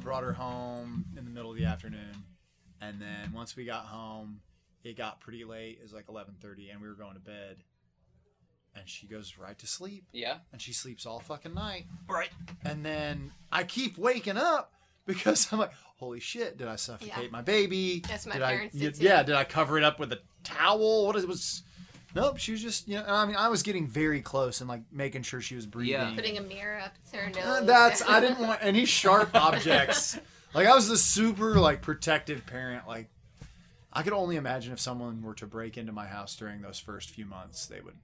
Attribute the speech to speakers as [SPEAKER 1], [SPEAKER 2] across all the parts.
[SPEAKER 1] brought her home in the middle of the afternoon, and then once we got home, it got pretty late. It was like eleven thirty, and we were going to bed. And she goes right to sleep,
[SPEAKER 2] Yeah.
[SPEAKER 1] and she sleeps all fucking night. Right. And then I keep waking up because I'm like, holy shit, did I suffocate
[SPEAKER 3] Yeah.
[SPEAKER 1] my baby?
[SPEAKER 3] That's my
[SPEAKER 1] did
[SPEAKER 3] parents
[SPEAKER 1] I,
[SPEAKER 3] did
[SPEAKER 1] y-
[SPEAKER 3] too.
[SPEAKER 1] Yeah, did I cover it up with a towel? What is, it was? Nope, she was just you know. I mean, I was getting very close and like making sure she was breathing.
[SPEAKER 3] Putting a mirror up to her
[SPEAKER 1] Uh,
[SPEAKER 3] nose.
[SPEAKER 1] That's I didn't want any sharp objects. Like I was the super like protective parent. Like I could only imagine if someone were to break into my house during those first few months, they would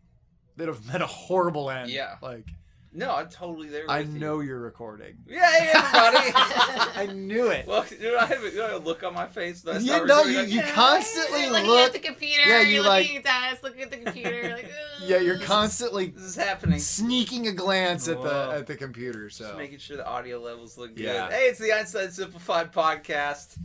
[SPEAKER 1] they'd have met a horrible end.
[SPEAKER 2] Yeah.
[SPEAKER 1] Like
[SPEAKER 2] No, I'm totally there. With
[SPEAKER 1] I
[SPEAKER 2] you.
[SPEAKER 1] know you're recording.
[SPEAKER 2] Yeah, hey, everybody.
[SPEAKER 1] I knew it.
[SPEAKER 2] well, dude, I have a, you know, a look on my face. That's
[SPEAKER 1] you
[SPEAKER 2] not
[SPEAKER 1] know,
[SPEAKER 2] really
[SPEAKER 1] you,
[SPEAKER 2] like-
[SPEAKER 1] you
[SPEAKER 2] Yeah.
[SPEAKER 1] constantly
[SPEAKER 3] You're looking at
[SPEAKER 1] look.
[SPEAKER 3] the computer.
[SPEAKER 1] yeah,
[SPEAKER 3] Yeah,
[SPEAKER 1] you
[SPEAKER 3] you're looking
[SPEAKER 1] like-
[SPEAKER 3] at us, looking at the computer. You're like,
[SPEAKER 1] yeah, you're
[SPEAKER 3] "Ugh."
[SPEAKER 1] constantly
[SPEAKER 2] This is happening.
[SPEAKER 1] sneaking a glance at the
[SPEAKER 2] Whoa.
[SPEAKER 1] at the computer.
[SPEAKER 2] Just
[SPEAKER 1] So
[SPEAKER 2] making sure the audio levels look good.
[SPEAKER 1] Yeah.
[SPEAKER 2] Hey, it's the Einstein Simplified podcast.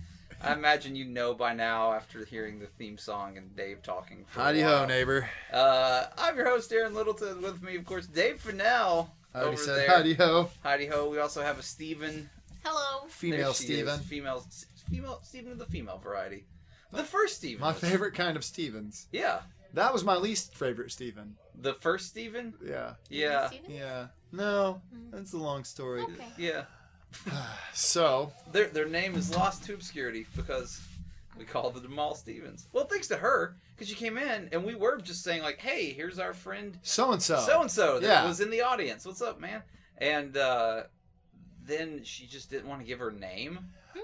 [SPEAKER 2] I imagine you know by now after hearing the theme song and Dave talking. For a
[SPEAKER 1] howdy
[SPEAKER 2] while.
[SPEAKER 1] ho, neighbor.
[SPEAKER 2] Uh, I'm your host Aaron Littleton. With me, of course, Dave Fennell.
[SPEAKER 1] I already
[SPEAKER 2] over
[SPEAKER 1] said
[SPEAKER 2] there.
[SPEAKER 1] howdy ho.
[SPEAKER 2] Howdy ho. We also have a Steven.
[SPEAKER 3] Hello.
[SPEAKER 1] Female
[SPEAKER 2] There she is.
[SPEAKER 1] Steven.
[SPEAKER 2] Female. Female. Steven of the female variety. The first Steven.
[SPEAKER 1] My
[SPEAKER 2] was-
[SPEAKER 1] favorite kind of Stevens.
[SPEAKER 2] Yeah.
[SPEAKER 1] That was my least favorite Steven.
[SPEAKER 2] The first Steven?
[SPEAKER 1] Yeah.
[SPEAKER 2] Yeah. Oh.
[SPEAKER 3] Steven?
[SPEAKER 1] Yeah. No, that's a long story.
[SPEAKER 3] Okay.
[SPEAKER 2] Yeah.
[SPEAKER 1] So,
[SPEAKER 2] Their their name is lost to obscurity because we call the Demal Stevens. Well, thanks to her, because she came in and we were just saying like, "Hey, here's our friend
[SPEAKER 1] so and so.
[SPEAKER 2] so and so that
[SPEAKER 1] yeah.
[SPEAKER 2] was in the audience. What's up, man?" And uh, then she just didn't want to give her name.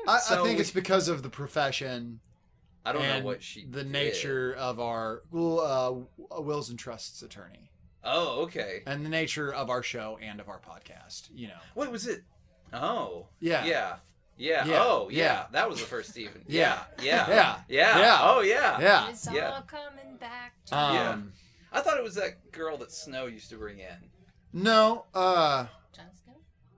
[SPEAKER 1] I, I
[SPEAKER 2] so
[SPEAKER 1] think
[SPEAKER 2] we-
[SPEAKER 1] it's because of the profession
[SPEAKER 2] I don't
[SPEAKER 1] and
[SPEAKER 2] know what she
[SPEAKER 1] the
[SPEAKER 2] did.
[SPEAKER 1] nature of our well, uh, wills and trusts attorney
[SPEAKER 2] Oh, okay.
[SPEAKER 1] and the nature of our show and of our podcast. You know.
[SPEAKER 2] Wait, was it? Oh,
[SPEAKER 1] Yeah.
[SPEAKER 2] yeah, yeah.
[SPEAKER 1] Yeah.
[SPEAKER 2] Oh, yeah.
[SPEAKER 1] Yeah.
[SPEAKER 2] That was the first Steven.
[SPEAKER 1] Yeah.
[SPEAKER 2] yeah, yeah,
[SPEAKER 1] Yeah.
[SPEAKER 2] yeah.
[SPEAKER 1] Yeah.
[SPEAKER 2] Oh, yeah.
[SPEAKER 1] Yeah.
[SPEAKER 3] It's
[SPEAKER 2] Yeah.
[SPEAKER 3] all coming back to
[SPEAKER 1] Um,
[SPEAKER 2] Yeah. I thought it was that girl that Snow used to bring in.
[SPEAKER 1] No. Uh.
[SPEAKER 3] Jon Snow.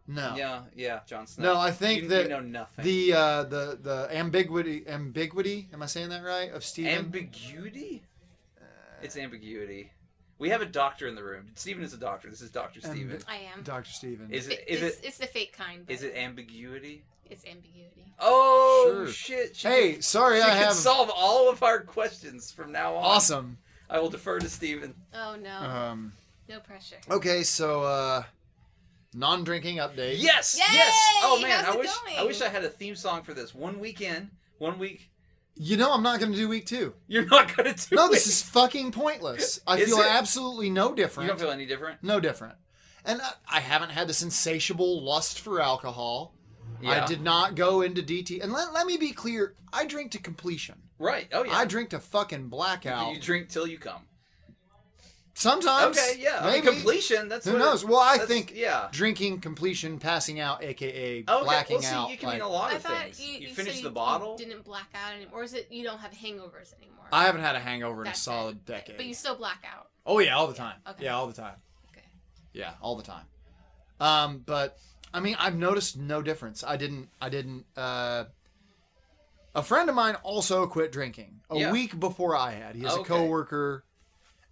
[SPEAKER 1] No.
[SPEAKER 2] Yeah, yeah, John Snow.
[SPEAKER 1] No, I think
[SPEAKER 2] you,
[SPEAKER 1] that
[SPEAKER 2] you know nothing.
[SPEAKER 1] the uh, the the ambiguity ambiguity. Am I saying that right? Of Steven.
[SPEAKER 2] ambiguity. It's ambiguity. We have a doctor in the room. Stephen is a doctor. This is Doctor
[SPEAKER 1] Ambi-
[SPEAKER 2] Stephen.
[SPEAKER 3] I am.
[SPEAKER 1] Dr. Steven.
[SPEAKER 2] Is it? Is
[SPEAKER 3] it's,
[SPEAKER 2] it?
[SPEAKER 3] it's the fake kind. But
[SPEAKER 2] Is it ambiguity?
[SPEAKER 3] It's ambiguity.
[SPEAKER 2] Oh
[SPEAKER 1] Sure.
[SPEAKER 2] shit! She
[SPEAKER 1] hey,
[SPEAKER 2] can,
[SPEAKER 1] sorry,
[SPEAKER 2] she
[SPEAKER 1] I
[SPEAKER 2] can
[SPEAKER 1] have
[SPEAKER 2] solve all of our questions from now on.
[SPEAKER 1] awesome.
[SPEAKER 2] I will defer to Stephen.
[SPEAKER 3] Oh no.
[SPEAKER 1] Um.
[SPEAKER 3] No pressure.
[SPEAKER 1] Okay, so uh non-drinking update.
[SPEAKER 2] Yes,
[SPEAKER 3] Yay!
[SPEAKER 2] yes. Oh man,
[SPEAKER 3] How's
[SPEAKER 2] I
[SPEAKER 3] it
[SPEAKER 2] wish I
[SPEAKER 3] going?
[SPEAKER 2] wish I had a theme song for this. One weekend, one week.
[SPEAKER 1] You know I'm not going to do week 2.
[SPEAKER 2] You're not gonna do.
[SPEAKER 1] No,
[SPEAKER 2] it.
[SPEAKER 1] this is fucking pointless. I
[SPEAKER 2] Is
[SPEAKER 1] feel
[SPEAKER 2] it?
[SPEAKER 1] absolutely no
[SPEAKER 2] You
[SPEAKER 1] different.
[SPEAKER 2] don't feel any different.
[SPEAKER 1] no different. And I, I haven't had this insatiable lust for alcohol. I did not go into DT. And let, let me be clear, I drink to completion.
[SPEAKER 2] Right. Oh yeah.
[SPEAKER 1] I drink to fucking blackout.
[SPEAKER 2] You drink till you come.
[SPEAKER 1] Sometimes.
[SPEAKER 2] Okay, yeah. I mean,
[SPEAKER 1] Maybe.
[SPEAKER 2] completion. That's
[SPEAKER 1] Who
[SPEAKER 2] what it-
[SPEAKER 1] knows? Well, I
[SPEAKER 2] that's-
[SPEAKER 1] think
[SPEAKER 2] Yeah.
[SPEAKER 1] drinking completion, passing out, aka
[SPEAKER 2] Oh, okay.
[SPEAKER 1] blacking
[SPEAKER 2] well, see,
[SPEAKER 1] out.
[SPEAKER 2] you can
[SPEAKER 1] like-
[SPEAKER 2] mean a lot
[SPEAKER 3] I
[SPEAKER 2] of
[SPEAKER 3] thought
[SPEAKER 2] things.
[SPEAKER 3] you,
[SPEAKER 2] You,
[SPEAKER 3] so
[SPEAKER 2] finish
[SPEAKER 3] you-
[SPEAKER 2] the
[SPEAKER 3] you
[SPEAKER 2] bottle.
[SPEAKER 3] didn't black out anymore. Or is it you don't have hangovers anymore?
[SPEAKER 1] I haven't had a hangover in a
[SPEAKER 3] That's it.
[SPEAKER 1] solid decade.
[SPEAKER 3] But you still black out.
[SPEAKER 1] Oh yeah, all the time.
[SPEAKER 3] Okay.
[SPEAKER 1] Yeah, all the time.
[SPEAKER 3] Okay.
[SPEAKER 1] Yeah, all the time. Um, but I mean, I've noticed no difference. I didn't. I didn't. Uh, a friend of mine also quit drinking a
[SPEAKER 2] Yeah.
[SPEAKER 1] week before I had. He is a
[SPEAKER 2] Okay.
[SPEAKER 1] coworker,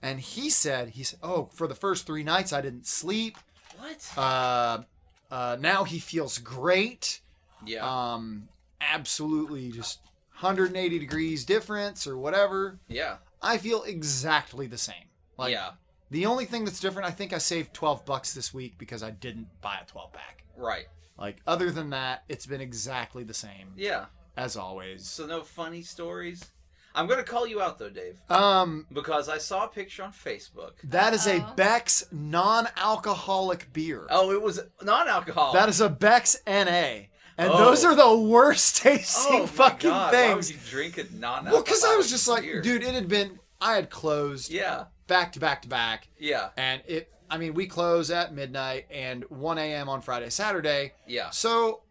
[SPEAKER 1] and he said he said, "Oh, for the first three nights I didn't sleep.
[SPEAKER 2] What?
[SPEAKER 1] Uh, uh, now he feels great.
[SPEAKER 2] yeah.
[SPEAKER 1] Um, absolutely, just 180 degrees difference or whatever.
[SPEAKER 2] yeah.
[SPEAKER 1] I feel exactly the same. Like,
[SPEAKER 2] yeah.
[SPEAKER 1] the only thing that's different, I think I saved 12 bucks this week because I didn't buy a 12 pack.
[SPEAKER 2] Right.
[SPEAKER 1] Like, other than that, it's been exactly the same
[SPEAKER 2] Yeah.
[SPEAKER 1] as always.
[SPEAKER 2] So no funny stories. I'm gonna call you out though, Dave,
[SPEAKER 1] Um,
[SPEAKER 2] because I saw a picture on Facebook.
[SPEAKER 1] that is a
[SPEAKER 3] Uh-oh.
[SPEAKER 1] Beck's non alcoholic beer.
[SPEAKER 2] Oh, it was non-alcohol.
[SPEAKER 1] That is a Beck's NA. And
[SPEAKER 2] Oh.
[SPEAKER 1] those are the worst
[SPEAKER 2] oh,
[SPEAKER 1] tasting
[SPEAKER 2] my
[SPEAKER 1] fucking
[SPEAKER 2] God, Why would
[SPEAKER 1] things.
[SPEAKER 2] you drink a non-alcohol?
[SPEAKER 1] Well, because I was just like,
[SPEAKER 2] beer?
[SPEAKER 1] dude, it had been, I had closed
[SPEAKER 2] Yeah.
[SPEAKER 1] back to back to back.
[SPEAKER 2] Yeah.
[SPEAKER 1] And it, I mean, we close at midnight and 1 a.m. on Friday, Saturday.
[SPEAKER 2] Yeah.
[SPEAKER 1] So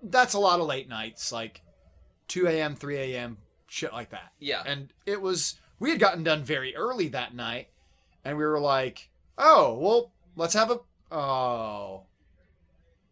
[SPEAKER 1] that's a lot of late nights, like 2 a.m., 3 a.m., shit like that.
[SPEAKER 2] Yeah.
[SPEAKER 1] And it was, we had gotten done very early that night, and we were like, oh, well, let's have a, oh.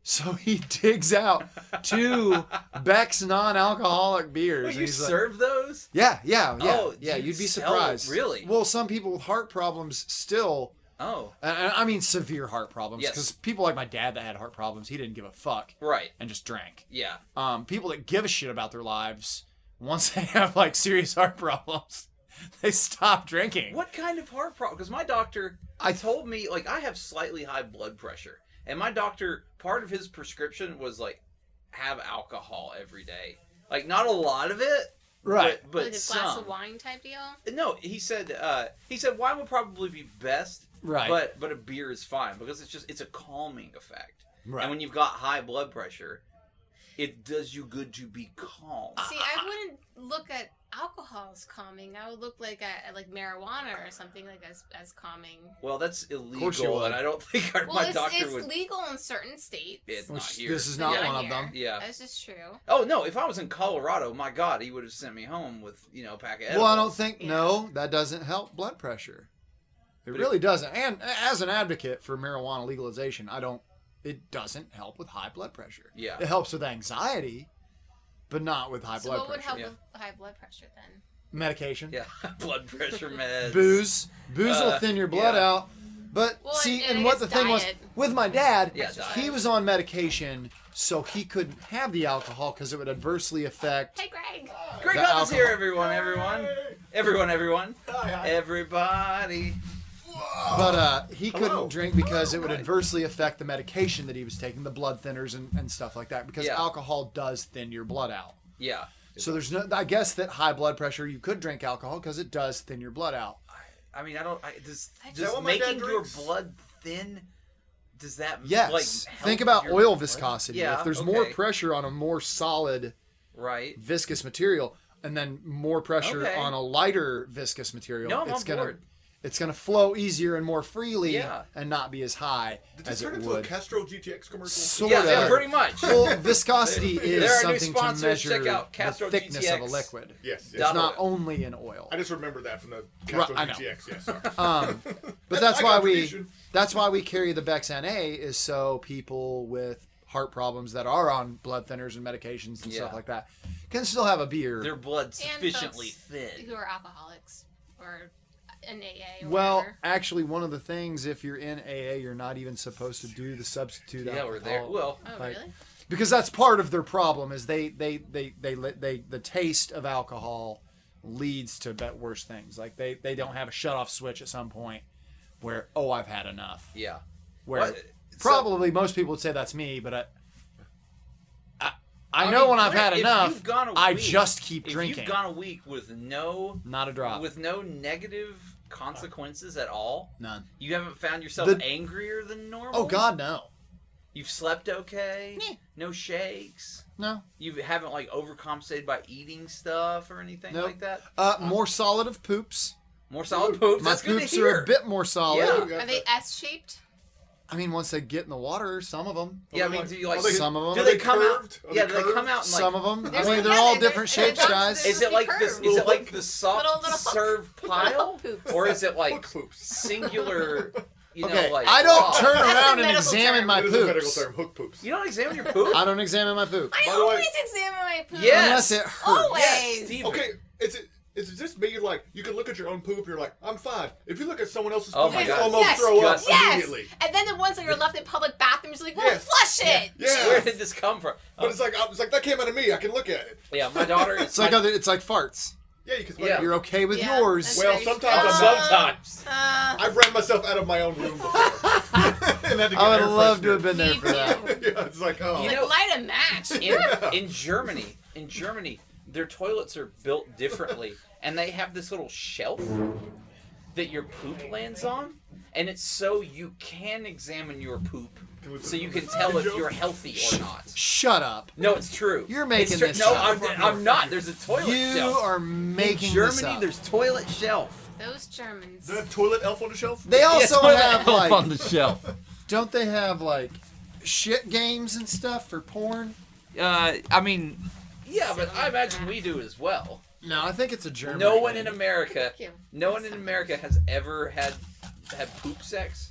[SPEAKER 1] So he digs out two Beck's non alcoholic beers.
[SPEAKER 2] Wait,
[SPEAKER 1] and
[SPEAKER 2] you
[SPEAKER 1] he's like-
[SPEAKER 2] serve those?
[SPEAKER 1] yeah, yeah, yeah.
[SPEAKER 2] Oh,
[SPEAKER 1] yeah,
[SPEAKER 2] do you
[SPEAKER 1] you'd be
[SPEAKER 2] sell-
[SPEAKER 1] surprised.
[SPEAKER 2] really?
[SPEAKER 1] Well, some people with heart problems still
[SPEAKER 2] Oh,
[SPEAKER 1] And- and I mean severe heart problems
[SPEAKER 2] Yes.
[SPEAKER 1] because people like my dad that had heart problems, he didn't give a fuck
[SPEAKER 2] right.
[SPEAKER 1] and just drank.
[SPEAKER 2] Yeah.
[SPEAKER 1] Um, people that give a shit about their lives once they have like serious heart problems, they stop drinking.
[SPEAKER 2] What kind of heart problem? Because my doctor
[SPEAKER 1] I told
[SPEAKER 2] told me like I have slightly high blood pressure, and my doctor part of his prescription was like have alcohol every day. Like not a lot of it,
[SPEAKER 1] right.
[SPEAKER 2] But, but
[SPEAKER 3] like a
[SPEAKER 2] some.
[SPEAKER 3] glass of wine type deal.
[SPEAKER 2] No, he said. Uh, he said wine would probably be best,
[SPEAKER 1] Right.
[SPEAKER 2] but but a beer is fine because it's just it's a calming effect.
[SPEAKER 1] right.
[SPEAKER 2] And when you've got high blood pressure, it does you good to be calm.
[SPEAKER 1] Ah.
[SPEAKER 3] See, I wouldn't look at alcohol as calming. I would look like at, at like marijuana or something like as as calming.
[SPEAKER 2] Well, that's
[SPEAKER 1] course you
[SPEAKER 2] illegal,
[SPEAKER 1] would.
[SPEAKER 2] and I don't think our,
[SPEAKER 3] Well,
[SPEAKER 2] my
[SPEAKER 3] it's,
[SPEAKER 2] doctor
[SPEAKER 3] it's
[SPEAKER 2] would.
[SPEAKER 3] legal in certain states.
[SPEAKER 2] It's not
[SPEAKER 1] Which
[SPEAKER 2] here.
[SPEAKER 1] this is not
[SPEAKER 3] Yeah.
[SPEAKER 1] one of
[SPEAKER 3] Here.
[SPEAKER 1] them.
[SPEAKER 2] yeah.
[SPEAKER 3] That's just true.
[SPEAKER 2] Oh no! If I was in Colorado, my God, he would have sent me home with you know a pack of. Edibles.
[SPEAKER 1] Well, I don't think
[SPEAKER 3] Yeah.
[SPEAKER 1] no, that doesn't help blood pressure. It
[SPEAKER 2] But it-
[SPEAKER 1] really doesn't. And as an advocate for marijuana legalization, I don't. It doesn't help with high blood pressure.
[SPEAKER 2] Yeah.
[SPEAKER 1] It helps with anxiety, but not with high
[SPEAKER 3] so
[SPEAKER 1] blood
[SPEAKER 3] what would
[SPEAKER 1] pressure.
[SPEAKER 3] help
[SPEAKER 2] Yeah.
[SPEAKER 3] with high blood pressure then?
[SPEAKER 1] Medication.
[SPEAKER 2] Yeah, blood pressure meds.
[SPEAKER 1] booze. Booze will
[SPEAKER 2] Uh,
[SPEAKER 1] thin your blood
[SPEAKER 2] yeah.
[SPEAKER 1] out. But
[SPEAKER 3] Well,
[SPEAKER 1] see,
[SPEAKER 3] and-
[SPEAKER 1] and,
[SPEAKER 3] and I
[SPEAKER 1] what the
[SPEAKER 3] guess
[SPEAKER 1] thing was
[SPEAKER 3] diet.
[SPEAKER 1] with my dad,
[SPEAKER 2] Yeah,
[SPEAKER 1] he
[SPEAKER 2] diet.
[SPEAKER 1] was on medication, so he couldn't have the alcohol because it would adversely affect.
[SPEAKER 3] Hey, Greg.
[SPEAKER 2] Greg
[SPEAKER 1] The
[SPEAKER 2] Hunt is here,
[SPEAKER 1] alcohol.
[SPEAKER 2] everyone, everyone, everyone, everyone, everybody.
[SPEAKER 1] But uh, he couldn't
[SPEAKER 4] Hello.
[SPEAKER 1] drink because
[SPEAKER 2] Oh,
[SPEAKER 1] it would
[SPEAKER 2] good.
[SPEAKER 1] adversely affect the medication that he was taking, the blood thinners and, and stuff like that, because
[SPEAKER 2] Yeah.
[SPEAKER 1] alcohol does thin your blood out.
[SPEAKER 2] Yeah.
[SPEAKER 1] So there's no, I guess that high blood pressure, you could drink alcohol because it does thin your blood out.
[SPEAKER 2] I mean, I don't. I, does
[SPEAKER 3] I
[SPEAKER 2] does
[SPEAKER 4] that what my dad
[SPEAKER 2] making your
[SPEAKER 4] drinks?
[SPEAKER 2] blood thin? Does that like
[SPEAKER 1] Yes.
[SPEAKER 2] help
[SPEAKER 1] Think about
[SPEAKER 2] your
[SPEAKER 1] oil
[SPEAKER 2] blood?
[SPEAKER 1] viscosity.
[SPEAKER 2] Yeah,
[SPEAKER 1] if there's more
[SPEAKER 2] okay.
[SPEAKER 1] pressure on a more solid
[SPEAKER 2] Right.
[SPEAKER 1] viscous material and then more pressure
[SPEAKER 2] Okay.
[SPEAKER 1] on a lighter viscous material
[SPEAKER 2] No, I'm
[SPEAKER 1] it's
[SPEAKER 2] on
[SPEAKER 1] gonna
[SPEAKER 2] board.
[SPEAKER 1] it's gonna flow easier and more freely
[SPEAKER 2] Yeah.
[SPEAKER 1] and not be as high
[SPEAKER 4] Did this
[SPEAKER 1] as
[SPEAKER 4] turn
[SPEAKER 1] it
[SPEAKER 4] into a
[SPEAKER 1] would
[SPEAKER 4] Castro GTX commercial?
[SPEAKER 1] Sort
[SPEAKER 2] Yeah,
[SPEAKER 1] of.
[SPEAKER 2] yeah, pretty much.
[SPEAKER 1] well viscosity
[SPEAKER 4] They're
[SPEAKER 1] is
[SPEAKER 2] our new
[SPEAKER 1] something to
[SPEAKER 2] sponsors.
[SPEAKER 1] measure
[SPEAKER 2] Check out
[SPEAKER 1] the
[SPEAKER 2] Castro
[SPEAKER 1] thickness of a
[SPEAKER 2] GTX.
[SPEAKER 1] liquid
[SPEAKER 4] Yes. yes.
[SPEAKER 1] it's
[SPEAKER 2] Double
[SPEAKER 1] not
[SPEAKER 2] it.
[SPEAKER 1] only in oil
[SPEAKER 4] I just remember that from the
[SPEAKER 1] Right,
[SPEAKER 4] Castro
[SPEAKER 1] I know.
[SPEAKER 4] GTX. Yes. sorry.
[SPEAKER 1] um, but
[SPEAKER 4] That's
[SPEAKER 1] that's why
[SPEAKER 4] my
[SPEAKER 1] we
[SPEAKER 4] contribution.
[SPEAKER 1] that's why we carry the Bex NA is so people with heart problems that are on blood thinners and medications and stuff
[SPEAKER 2] Yeah.
[SPEAKER 1] like that can still have a beer
[SPEAKER 2] Their blood sufficiently
[SPEAKER 3] folks
[SPEAKER 2] thin.
[SPEAKER 3] Who are alcoholics or an AA or
[SPEAKER 1] Well,
[SPEAKER 3] whatever.
[SPEAKER 1] actually, one of the things if you're in AA, you're not even supposed to do the substitute
[SPEAKER 2] Yeah,
[SPEAKER 1] alcohol
[SPEAKER 2] we're there. Well,
[SPEAKER 3] Oh,
[SPEAKER 1] like-
[SPEAKER 3] really?
[SPEAKER 1] because that's part of their problem is they they they they, they, they the taste of alcohol leads to bet worse things. Like they they don't have a shut off switch at some point where oh I've had enough.
[SPEAKER 2] yeah.
[SPEAKER 1] Where
[SPEAKER 2] What-
[SPEAKER 1] probably most people would say that's me, but I I, I
[SPEAKER 2] I
[SPEAKER 1] know
[SPEAKER 2] mean,
[SPEAKER 1] when I've
[SPEAKER 2] Clint,
[SPEAKER 1] had
[SPEAKER 2] if
[SPEAKER 1] enough,
[SPEAKER 2] you've gone a
[SPEAKER 1] I
[SPEAKER 2] week-
[SPEAKER 1] just
[SPEAKER 2] So,
[SPEAKER 1] keep
[SPEAKER 2] if
[SPEAKER 1] drinking,
[SPEAKER 2] you've gone a week with no
[SPEAKER 1] not a drop,
[SPEAKER 2] with no negative consequences at all,
[SPEAKER 1] none.
[SPEAKER 2] you haven't found yourself
[SPEAKER 1] The-
[SPEAKER 2] angrier than normal.
[SPEAKER 1] Oh God, no,
[SPEAKER 2] You've slept okay.
[SPEAKER 3] Meh.
[SPEAKER 2] No shakes.
[SPEAKER 1] no.
[SPEAKER 2] You haven't like overcompensated by eating stuff or anything
[SPEAKER 1] Nope.
[SPEAKER 2] like that.
[SPEAKER 1] Uh, more solid of poops.
[SPEAKER 2] More solid poops.
[SPEAKER 1] My
[SPEAKER 2] That's good
[SPEAKER 1] poops
[SPEAKER 2] to hear.
[SPEAKER 1] are a bit more solid.
[SPEAKER 2] Yeah.
[SPEAKER 4] We got
[SPEAKER 3] Are they
[SPEAKER 4] the-
[SPEAKER 3] S shaped?
[SPEAKER 1] I mean, once they get in the water, some of them.
[SPEAKER 2] yeah, I mean, do you like?
[SPEAKER 4] Are they-
[SPEAKER 1] some of
[SPEAKER 2] do
[SPEAKER 1] them.
[SPEAKER 2] they,
[SPEAKER 4] they
[SPEAKER 2] come out?
[SPEAKER 4] curved? Are
[SPEAKER 2] yeah,
[SPEAKER 4] they
[SPEAKER 2] do they come
[SPEAKER 4] curved?
[SPEAKER 2] out? And,
[SPEAKER 1] some
[SPEAKER 2] like,
[SPEAKER 1] of them. I
[SPEAKER 3] There's-
[SPEAKER 1] mean, they're
[SPEAKER 3] yeah,
[SPEAKER 1] all
[SPEAKER 3] they're- they're-
[SPEAKER 1] different
[SPEAKER 3] they're
[SPEAKER 1] shapes,
[SPEAKER 3] dots.
[SPEAKER 1] guys.
[SPEAKER 3] They're-
[SPEAKER 2] Is it like this? Is it like the
[SPEAKER 3] Little-
[SPEAKER 2] soft
[SPEAKER 3] little hook-
[SPEAKER 2] serve pile,
[SPEAKER 3] poops.
[SPEAKER 2] or is it like
[SPEAKER 4] Hook poops.
[SPEAKER 2] singular? You
[SPEAKER 1] okay,
[SPEAKER 2] know, like oh.
[SPEAKER 1] I don't
[SPEAKER 2] rock?
[SPEAKER 1] turn
[SPEAKER 3] That's a
[SPEAKER 1] around and
[SPEAKER 3] medical
[SPEAKER 1] examine
[SPEAKER 3] term.
[SPEAKER 1] my
[SPEAKER 4] It is a medical
[SPEAKER 1] poops.
[SPEAKER 4] term. Hook poops.
[SPEAKER 2] You don't examine your poop.
[SPEAKER 1] I don't examine my poop
[SPEAKER 3] I
[SPEAKER 4] By the way-
[SPEAKER 3] always examine my poop.
[SPEAKER 2] Yeah.
[SPEAKER 1] unless it
[SPEAKER 2] Oh,
[SPEAKER 1] hurts.
[SPEAKER 3] Always.
[SPEAKER 2] Yes, Steven.
[SPEAKER 4] Okay, it's it's just me. You're like you can look at your own poop. and You're like I'm fine. If you look at someone else's
[SPEAKER 2] Oh
[SPEAKER 4] poop,
[SPEAKER 2] my
[SPEAKER 4] you
[SPEAKER 2] God.
[SPEAKER 4] almost
[SPEAKER 3] Yes,
[SPEAKER 4] throw up
[SPEAKER 2] yes.
[SPEAKER 4] immediately.
[SPEAKER 3] And then the ones that are left in public bathrooms, like, well,
[SPEAKER 4] Yes.
[SPEAKER 3] flush it.
[SPEAKER 4] Yeah.
[SPEAKER 2] Where did this come from?
[SPEAKER 4] But it's like I was like that came out of me. I can look at it.
[SPEAKER 2] Yeah, my daughter is
[SPEAKER 1] It's like
[SPEAKER 2] my-
[SPEAKER 1] other, it's like farts.
[SPEAKER 4] Yeah, because
[SPEAKER 2] Yeah.
[SPEAKER 1] You're okay with
[SPEAKER 3] Yeah,
[SPEAKER 1] yours.
[SPEAKER 3] that's
[SPEAKER 4] Well,
[SPEAKER 3] right.
[SPEAKER 4] sometimes
[SPEAKER 3] Uh,
[SPEAKER 4] I'm-
[SPEAKER 2] sometimes.
[SPEAKER 3] Uh,
[SPEAKER 4] I've ran myself out of my own room before. and had to get
[SPEAKER 1] I
[SPEAKER 4] air
[SPEAKER 1] would love to
[SPEAKER 4] freshener.
[SPEAKER 1] have been there
[SPEAKER 3] Me
[SPEAKER 1] for that.
[SPEAKER 3] too.
[SPEAKER 4] Yeah, it's like oh.
[SPEAKER 2] You
[SPEAKER 3] Like,
[SPEAKER 2] know-
[SPEAKER 3] light a match.
[SPEAKER 2] In, in Germany, in Germany, their toilets are built differently, and they have this little shelf that your poop lands on, and it's so you can examine your poop, so you can tell if you're healthy or not.
[SPEAKER 1] Shut up.
[SPEAKER 2] No, it's true.
[SPEAKER 1] You're making
[SPEAKER 2] it's true.
[SPEAKER 1] this
[SPEAKER 2] No,
[SPEAKER 1] up.
[SPEAKER 2] I'm, I'm not. There's a toilet
[SPEAKER 1] You
[SPEAKER 2] shelf.
[SPEAKER 1] are
[SPEAKER 2] in
[SPEAKER 1] making
[SPEAKER 2] Germany,
[SPEAKER 1] this up.
[SPEAKER 2] there's toilet shelf.
[SPEAKER 3] Those Germans.
[SPEAKER 4] Is that a toilet elf on the shelf?
[SPEAKER 1] They also
[SPEAKER 2] toilet
[SPEAKER 1] have like
[SPEAKER 5] the shelf.
[SPEAKER 1] Don't they have like shit games and stuff for porn?
[SPEAKER 5] Uh, I mean,
[SPEAKER 2] Yeah, but I imagine we do as well.
[SPEAKER 1] No, I think it's a German.
[SPEAKER 2] No one
[SPEAKER 1] thing.
[SPEAKER 2] in America,
[SPEAKER 3] Thank you.
[SPEAKER 2] no one in America has ever had had poop sex.